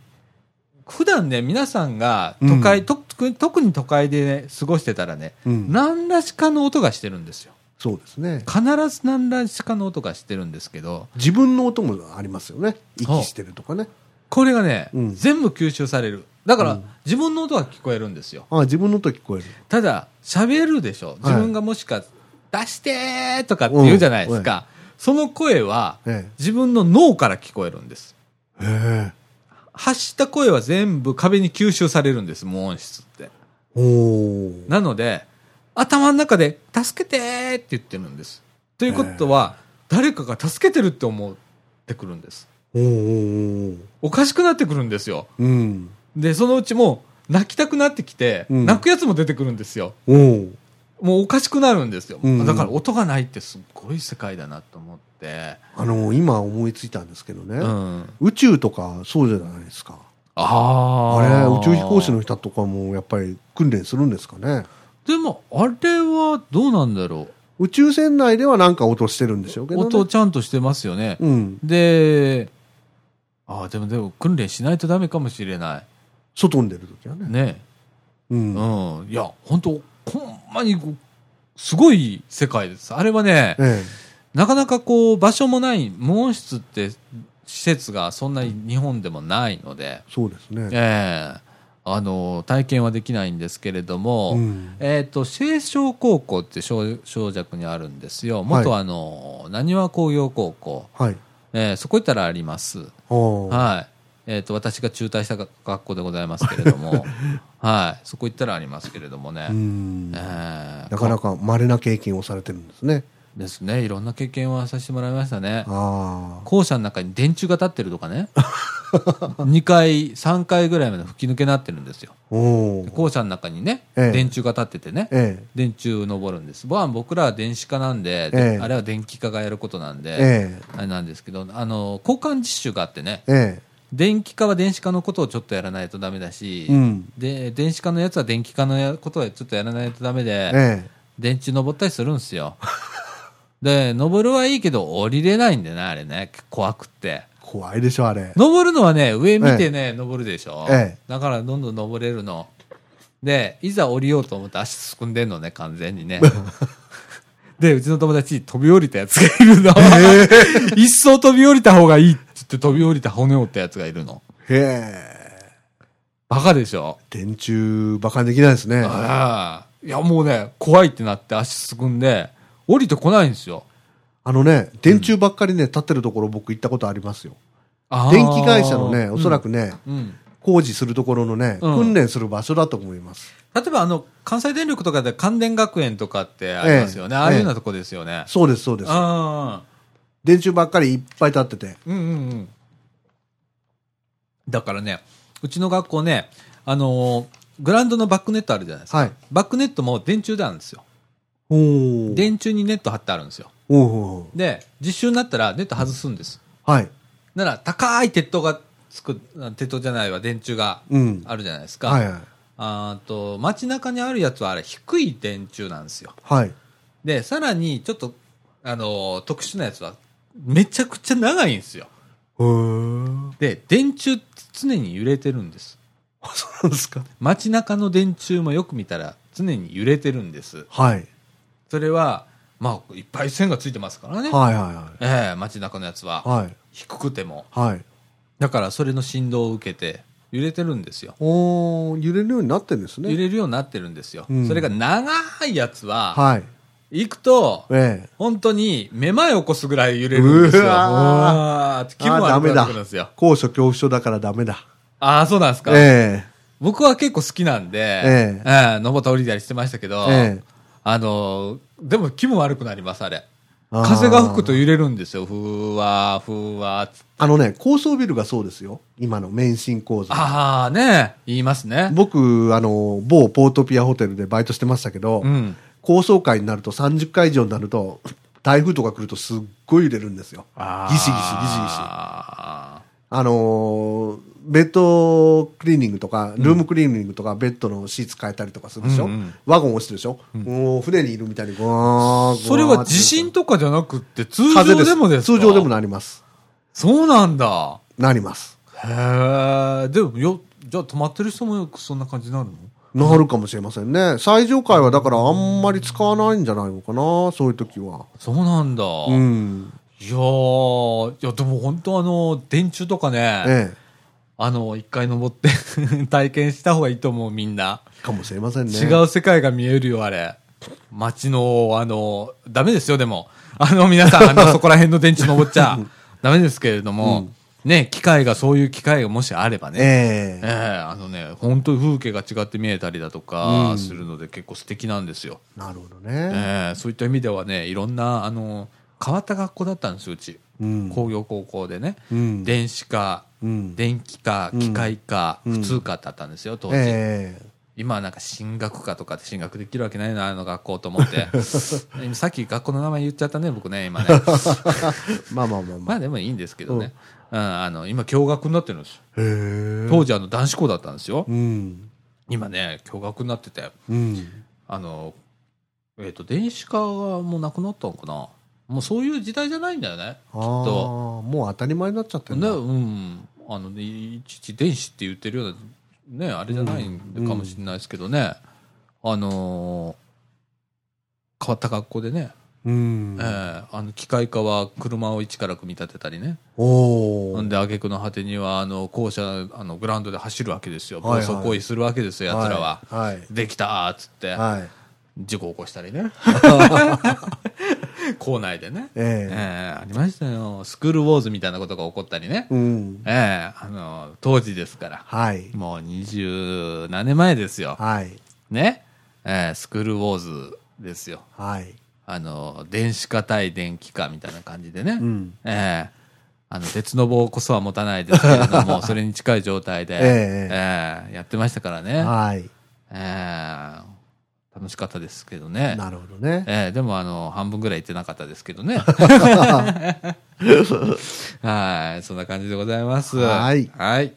[SPEAKER 1] 普段ね皆さんが都会、
[SPEAKER 2] うん
[SPEAKER 1] と特に特に都会で、ね、過ごしてたらね
[SPEAKER 2] うん
[SPEAKER 1] 何らしかの音がしてるんですよ
[SPEAKER 2] そうですね
[SPEAKER 1] 必ず何らしかの音がしてるんですけど
[SPEAKER 2] 自分の音もありますよね息してるとかね
[SPEAKER 1] これがね、
[SPEAKER 2] うん
[SPEAKER 1] 全部吸収されるだから、
[SPEAKER 2] うん
[SPEAKER 1] 自分の音は聞こえるんですよ
[SPEAKER 2] あ自分の音聞こえる
[SPEAKER 1] ただ喋るでしょ自分がもしか、出してーとかって言うじゃないですか、その声は、
[SPEAKER 2] え
[SPEAKER 1] 自分の脳から聞こえるんです
[SPEAKER 2] えへえ
[SPEAKER 1] 発した声は全部壁に吸収されるんです無音室って
[SPEAKER 2] おお
[SPEAKER 1] なので頭の中で「助けて!」って言ってるんですということは、誰かが助けてるって思ってくるんです
[SPEAKER 2] おーおー
[SPEAKER 1] おかしくなってくるんですよ
[SPEAKER 2] うん
[SPEAKER 1] でそのうちもう泣きたくなってきて、
[SPEAKER 2] うん
[SPEAKER 1] 泣くやつも出てくるんですよ
[SPEAKER 2] おー
[SPEAKER 1] もうおかしくなるんですよ、
[SPEAKER 2] うん
[SPEAKER 1] だから音がないってすっごい世界だなと思って、
[SPEAKER 2] あの今思いついたんですけどね、
[SPEAKER 1] うん、
[SPEAKER 2] 宇宙とかそうじゃないですか
[SPEAKER 1] あ
[SPEAKER 2] あれ宇宙飛行士
[SPEAKER 1] の
[SPEAKER 2] の人とかもやっぱり訓練するんですかね
[SPEAKER 1] でもあれはどうなんだろ
[SPEAKER 2] 宇宙船内ではなんか音してるんでしょうけ
[SPEAKER 1] う
[SPEAKER 2] ど、ね、
[SPEAKER 1] 音ちゃんとしてますよね、
[SPEAKER 2] うん
[SPEAKER 1] でああでもでも訓練しないとダメかもしれな
[SPEAKER 2] 外に出るときはね
[SPEAKER 1] いね
[SPEAKER 2] うん
[SPEAKER 1] う
[SPEAKER 2] え
[SPEAKER 1] ん、いや本当ほんまにこうすごい世界ですあれはね、
[SPEAKER 2] え
[SPEAKER 1] なかなかこう場所もない無音室って施設がそんなに日本でもないので、
[SPEAKER 2] そうですね
[SPEAKER 1] ええあの体験はできないんですけれども、
[SPEAKER 2] うん
[SPEAKER 1] えっと清少高校って小小弱にあるんですよ元
[SPEAKER 2] は
[SPEAKER 1] あの浪速工業高校、
[SPEAKER 2] はい
[SPEAKER 1] ええそこ行ったらあります、
[SPEAKER 2] あー
[SPEAKER 1] はいえっと私が中退した学学校でございますけれど も、はい、そこ行ったらありますけれどもね、
[SPEAKER 2] うん
[SPEAKER 1] え
[SPEAKER 2] な
[SPEAKER 1] え
[SPEAKER 2] かなか稀な経験をされてるんですね
[SPEAKER 1] ですねいろんな経験はさせてもらいましたね。
[SPEAKER 2] ああ
[SPEAKER 1] 校舎の中に電柱が立ってるとか ね2階3階ぐらいまで吹き抜けになってるんですよ
[SPEAKER 2] おお
[SPEAKER 1] 校舎の中にね、
[SPEAKER 2] ええ
[SPEAKER 1] 電柱が立っててね、
[SPEAKER 2] え
[SPEAKER 1] 電柱登るんですまあ僕らは電子科なんで、で
[SPEAKER 2] ええ
[SPEAKER 1] あれは電気科がやることなんで、
[SPEAKER 2] ええ
[SPEAKER 1] あれなんですけどあの交換実習があってね
[SPEAKER 2] ええ
[SPEAKER 1] 電気科は電子科のことをちょっとやらないとダメだし、
[SPEAKER 2] えうん
[SPEAKER 1] で電子科のやつは電気科のやことはちょっとやらないとダメで、
[SPEAKER 2] ええ
[SPEAKER 1] 電柱登ったりするんですよで登るはいいけど降りれないんでねあれね怖くって
[SPEAKER 2] 怖いでしょあれ
[SPEAKER 1] 登るのはね、上見てね、登るでしょ、
[SPEAKER 2] ええ
[SPEAKER 1] だからどんどん登れるの。で、いざ降りようと思って足すくんでんのね、完全に ね。で、うちの友達に飛び降りたやつがいるの。 一層飛び降りた方がいいって言って飛び降りた骨折ったやつがいるの。
[SPEAKER 2] へえ
[SPEAKER 1] バカでしょ、
[SPEAKER 2] 電柱馬鹿にできないですね
[SPEAKER 1] ああいや、もうね、怖いってなって足すくんで、降りてこないんですよ。
[SPEAKER 2] あのね、電柱ばっかりね、立ってるところ僕行ったことありますよ。
[SPEAKER 1] あー
[SPEAKER 2] 電気会社のね、おそら。くね、
[SPEAKER 1] うんうん
[SPEAKER 2] 工事するところのね、
[SPEAKER 1] うん
[SPEAKER 2] 訓練する場所だと思います。
[SPEAKER 1] 例えばあの、関西電力とかで関電学園とかってありますよね。
[SPEAKER 2] ええ
[SPEAKER 1] ああいうようなとこですよね。
[SPEAKER 2] そうです、そうです。
[SPEAKER 1] あ
[SPEAKER 2] 電柱ばっかりいっぱい立ってて。
[SPEAKER 1] あ、うんうんうん。だからね、うちの学校ね、あのーグラウンドのバックネットあるじゃないですか。
[SPEAKER 2] はい。
[SPEAKER 1] バックネットも電柱なんですよ。
[SPEAKER 2] おー
[SPEAKER 1] 電柱にネット張ってあるんですよ。
[SPEAKER 2] おうおうお
[SPEAKER 1] で、実習になったらネット外すんです。
[SPEAKER 2] うはい。
[SPEAKER 1] なら、高い鉄塔がつく、あ鉄塔じゃないわ、電柱が
[SPEAKER 2] うん。
[SPEAKER 1] あるじゃないですか。
[SPEAKER 2] はいはい。
[SPEAKER 1] あーと、街中にあるやつはあれ、低い電柱なんですよ。
[SPEAKER 2] はい。
[SPEAKER 1] で、さらに、ちょっと、あのー特殊なやつは、めちゃくちゃ長いんですよ。
[SPEAKER 2] へー。
[SPEAKER 1] で、電柱って常に揺れてるんです。
[SPEAKER 2] あそうなんですか。
[SPEAKER 1] 街中の電柱もよく見たら常に揺れてるんです。
[SPEAKER 2] はい。
[SPEAKER 1] それは、まあ、いっぱい線がついてますからね。
[SPEAKER 2] はいは。。
[SPEAKER 1] ええ街中のやつはい
[SPEAKER 2] はい。
[SPEAKER 1] 低くても。
[SPEAKER 2] はい。
[SPEAKER 1] だから、それの振動を受けて、揺れてるんですよ。
[SPEAKER 2] おー揺れるようになってるんです
[SPEAKER 1] 揺
[SPEAKER 2] ね。
[SPEAKER 1] れるようになってるんですよ。
[SPEAKER 2] うん
[SPEAKER 1] それが長いやつは、
[SPEAKER 2] はい。
[SPEAKER 1] 行くと、
[SPEAKER 2] ええ。
[SPEAKER 1] 本当に、めまい起こすぐらい揺れるんですよ。
[SPEAKER 2] うわ
[SPEAKER 1] わーって気分悪くなってくるんですよ。
[SPEAKER 2] 高所恐怖症だからダメだ。
[SPEAKER 1] ああー、そうなんですか。
[SPEAKER 2] え
[SPEAKER 1] 僕は結構好きなんで、
[SPEAKER 2] ええ
[SPEAKER 1] え登ったり降りたりしてましたけど、
[SPEAKER 2] ええ
[SPEAKER 1] あの、でも気分悪くなります、あれ。
[SPEAKER 2] えあー
[SPEAKER 1] 風が吹くと揺れるんですよ。ふわー、ふわーつ。
[SPEAKER 2] あのね、高層ビルがそうですよ。今の免震構造。
[SPEAKER 1] ああ、ね言いますね。
[SPEAKER 2] 僕、あの、某ポートピアホテルでバイトしてましたけど、
[SPEAKER 1] うん。
[SPEAKER 2] 高層階になると30階以上になると、台風とか来るとすっごい揺れるんですよ。
[SPEAKER 1] あー
[SPEAKER 2] ギシギシギシギシ
[SPEAKER 1] あ
[SPEAKER 2] あのーベッドクリーニングとか、ルームクリーニングとか、ベッドのシーツ変えたりとかするでしょ、
[SPEAKER 1] うんうん
[SPEAKER 2] ワゴン落ちてるでしょ、もう船にいるみたいにゴワーンゴワーンっ
[SPEAKER 1] ー
[SPEAKER 2] て
[SPEAKER 1] それは地震とかじゃなくって、通常
[SPEAKER 2] 風
[SPEAKER 1] でもですか
[SPEAKER 2] 通常でも
[SPEAKER 1] い。
[SPEAKER 2] なります。
[SPEAKER 1] そうなんだ。
[SPEAKER 2] なります。
[SPEAKER 1] へえ。でもよ、じゃあ泊まってる人もよくそんな感じになるの
[SPEAKER 2] なるかもしれませんね。最上階はだからあんまり使わないんじゃないのかな、そういう時は。
[SPEAKER 1] そうなんだ。
[SPEAKER 2] うん。
[SPEAKER 1] いやー、いや、でも本当あの、電柱とかね、
[SPEAKER 2] え
[SPEAKER 1] あの、一回登って 体験した方がいいと思う、みんな。
[SPEAKER 2] え。かもしれませんね。
[SPEAKER 1] 違う世界が見えるよ、あれ。街の、あの、ダメですよ、でも。あの、皆さん、あ の、そこら辺の電柱登っちゃ、ダメですけれども、ね、機械が、そういう機械がもしあればね、
[SPEAKER 2] え
[SPEAKER 1] ええ
[SPEAKER 2] え。
[SPEAKER 1] あのね、本当に風景が違って見えたりだとかするので、結構素敵なんですよ。
[SPEAKER 2] なるほどね。
[SPEAKER 1] ええそういった意味ではね、いろんな、あの、変わった学校だったんですよ、うち。
[SPEAKER 2] うん。
[SPEAKER 1] 工業高校でね、
[SPEAKER 2] うん
[SPEAKER 1] 電子化、
[SPEAKER 2] うん
[SPEAKER 1] 電気化、機械化、普通科だったんですよ、当時。
[SPEAKER 2] ええ。
[SPEAKER 1] 今はなんか進学科とかで進学できるわけないな、あの学校と思って。今さっき学校の名前言っちゃったね、僕ね、今ね。
[SPEAKER 2] まあまあまあま
[SPEAKER 1] ま
[SPEAKER 2] あ。
[SPEAKER 1] あでもいいんですけどね。うん、あの、今、共学になってるんですよ。
[SPEAKER 2] へえ。
[SPEAKER 1] 当時、あの、男子校だったんですよ
[SPEAKER 2] う。ん。
[SPEAKER 1] 今ね、共学になってて、
[SPEAKER 2] うん。
[SPEAKER 1] あの、えっと、電子化はもうなくなったのかな。もうそういう時代じゃないんだよね、きっ
[SPEAKER 2] ああ
[SPEAKER 1] と。
[SPEAKER 2] ー、もう当たり前になっちゃってるん
[SPEAKER 1] ね、
[SPEAKER 2] だ。
[SPEAKER 1] うん。あのね、いちいち電子って言ってるような、ね、あれじゃないかもしれないですけどね。あのー変わった格好でね、
[SPEAKER 2] うん
[SPEAKER 1] え。えあの機械化は車を一から組み立てたりね、
[SPEAKER 2] お
[SPEAKER 1] な
[SPEAKER 2] お
[SPEAKER 1] ん。で挙句の果てにはあの校舎あのグラウンドで走るわけですよ、暴
[SPEAKER 2] はいはい
[SPEAKER 1] 走行為するわけですよ、やつらは。
[SPEAKER 2] はい。
[SPEAKER 1] できたーっつって、
[SPEAKER 2] はい。はい
[SPEAKER 1] 事故起こしたり ね、校内でね、え
[SPEAKER 2] え
[SPEAKER 1] えありましたよ、スクールウォーズみたいなことが起こったりね。
[SPEAKER 2] え。うん。
[SPEAKER 1] ええあの、当時ですから。
[SPEAKER 2] はい。
[SPEAKER 1] もう二十何年前ですよ。
[SPEAKER 2] はい。
[SPEAKER 1] ね。ええスクールウォーズですよ。
[SPEAKER 2] はい。
[SPEAKER 1] あの、電子化対電気化みたいな感じでね。
[SPEAKER 2] ん
[SPEAKER 1] ええあの、鉄の棒こそは持たないですけれども、それに近い状態で、
[SPEAKER 2] ええ
[SPEAKER 1] ええやってましたからね。
[SPEAKER 2] はい。
[SPEAKER 1] ええ楽しかったですけどね。
[SPEAKER 2] なるほどね。
[SPEAKER 1] ええでもあの、半分ぐらい行ってなかったですけど ね。はい、そんな感じでございます。
[SPEAKER 2] はい。
[SPEAKER 1] はい。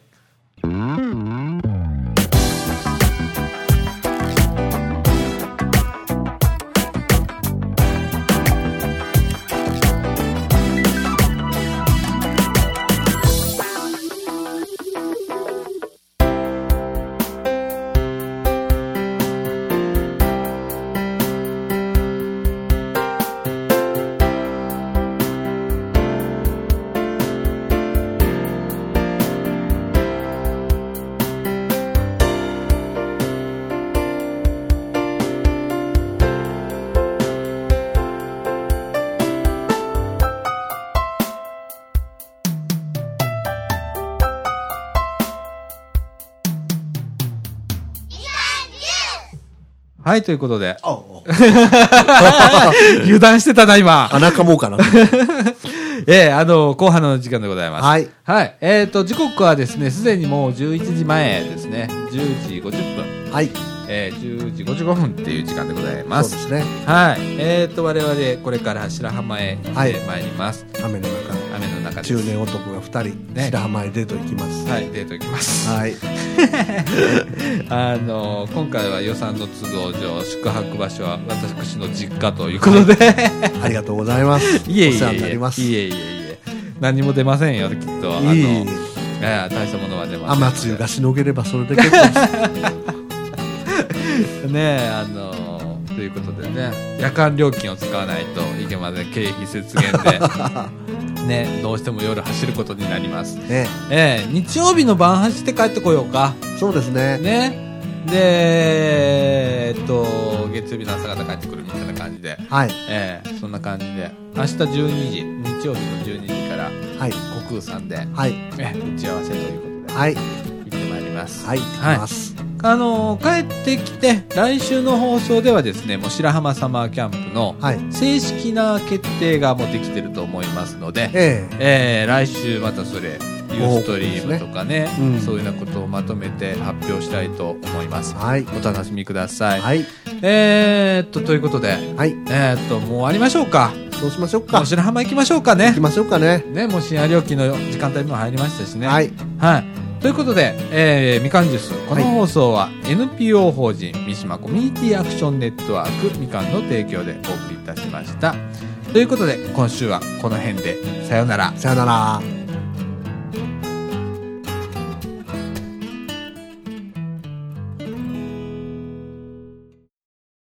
[SPEAKER 1] はい、ということで
[SPEAKER 2] あお
[SPEAKER 1] 油断してたな、今。
[SPEAKER 2] 鼻かも うかな。
[SPEAKER 1] ええあの、後半の時間でございます。
[SPEAKER 2] はい。
[SPEAKER 1] はい。えっ、と、時刻はですね、すでにもう11時前ですね。10時50分。
[SPEAKER 2] はい。
[SPEAKER 1] ええ10時55分っていう時間でございま。
[SPEAKER 2] そうですすね。
[SPEAKER 1] はい。えっ、と、我々、これから白浜へ行
[SPEAKER 2] は
[SPEAKER 1] っ
[SPEAKER 2] い
[SPEAKER 1] てまいります。
[SPEAKER 2] 雨の中、
[SPEAKER 1] 雨の中です。
[SPEAKER 2] 中年男が二人、
[SPEAKER 1] ね
[SPEAKER 2] 白浜へデート行きます。
[SPEAKER 1] はい、デート行きます。
[SPEAKER 2] はい。
[SPEAKER 1] あの今回は予算の都合上宿泊場所は私の実家ということで
[SPEAKER 2] ありがとうございます。
[SPEAKER 1] いえいえい
[SPEAKER 2] お世話にな
[SPEAKER 1] え
[SPEAKER 2] ります。
[SPEAKER 1] い
[SPEAKER 2] いえ
[SPEAKER 1] えいえいえ何も出ませんよきっとあの
[SPEAKER 2] いえ
[SPEAKER 1] ええ大したものは出ません
[SPEAKER 2] 雨
[SPEAKER 1] ので
[SPEAKER 2] 露がしのげればそれで結構です。
[SPEAKER 1] ねえあのということでね夜間料金を使わないといけません経費節減 でねどうしても夜走ることになります
[SPEAKER 2] ね。
[SPEAKER 1] ええ日曜日の晩走って帰ってこようか
[SPEAKER 2] そうですね。
[SPEAKER 1] ねでえっと月曜日の朝方帰ってくるみたいな感じで
[SPEAKER 2] はい。
[SPEAKER 1] ええそんな感じで明日12時日曜日の12時から
[SPEAKER 2] はい。
[SPEAKER 1] 悟空さんで、
[SPEAKER 2] はい。
[SPEAKER 1] ええ打ち合わせということで
[SPEAKER 2] はい。
[SPEAKER 1] 行ってまいります
[SPEAKER 2] はい。行き
[SPEAKER 1] は
[SPEAKER 2] ます。
[SPEAKER 1] い、あのー帰ってきて、来週の放送ではですね、もう白浜サマーキャンプの
[SPEAKER 2] はい。
[SPEAKER 1] 正式な決定がもうできてると思いますので、
[SPEAKER 2] え
[SPEAKER 1] え
[SPEAKER 2] え
[SPEAKER 1] ー来週またそれ、ユーストリームとかね、
[SPEAKER 2] そうですねうん
[SPEAKER 1] そういうようなことをまとめて発表したいと思います。
[SPEAKER 2] はい。
[SPEAKER 1] お楽しみください。
[SPEAKER 2] はい。
[SPEAKER 1] えー、っと、ということで、
[SPEAKER 2] はい。
[SPEAKER 1] えー、っと、もう終わりましょうか。
[SPEAKER 2] そうしましょう
[SPEAKER 1] も
[SPEAKER 2] か
[SPEAKER 1] う。白浜行きましょうかね
[SPEAKER 2] 行き。ましょうかね。
[SPEAKER 1] ね、もう深夜料金の時間帯も入りましたしね。
[SPEAKER 2] は
[SPEAKER 1] はい。
[SPEAKER 2] い。
[SPEAKER 1] ということで、えー、みかんジュース。この
[SPEAKER 2] はい
[SPEAKER 1] 放送は NPO 法人三島コミュニティアクションネットワークみかんの提供でお送りいたしました。ということで、今週はこの辺で、さようなら。
[SPEAKER 2] さよなら。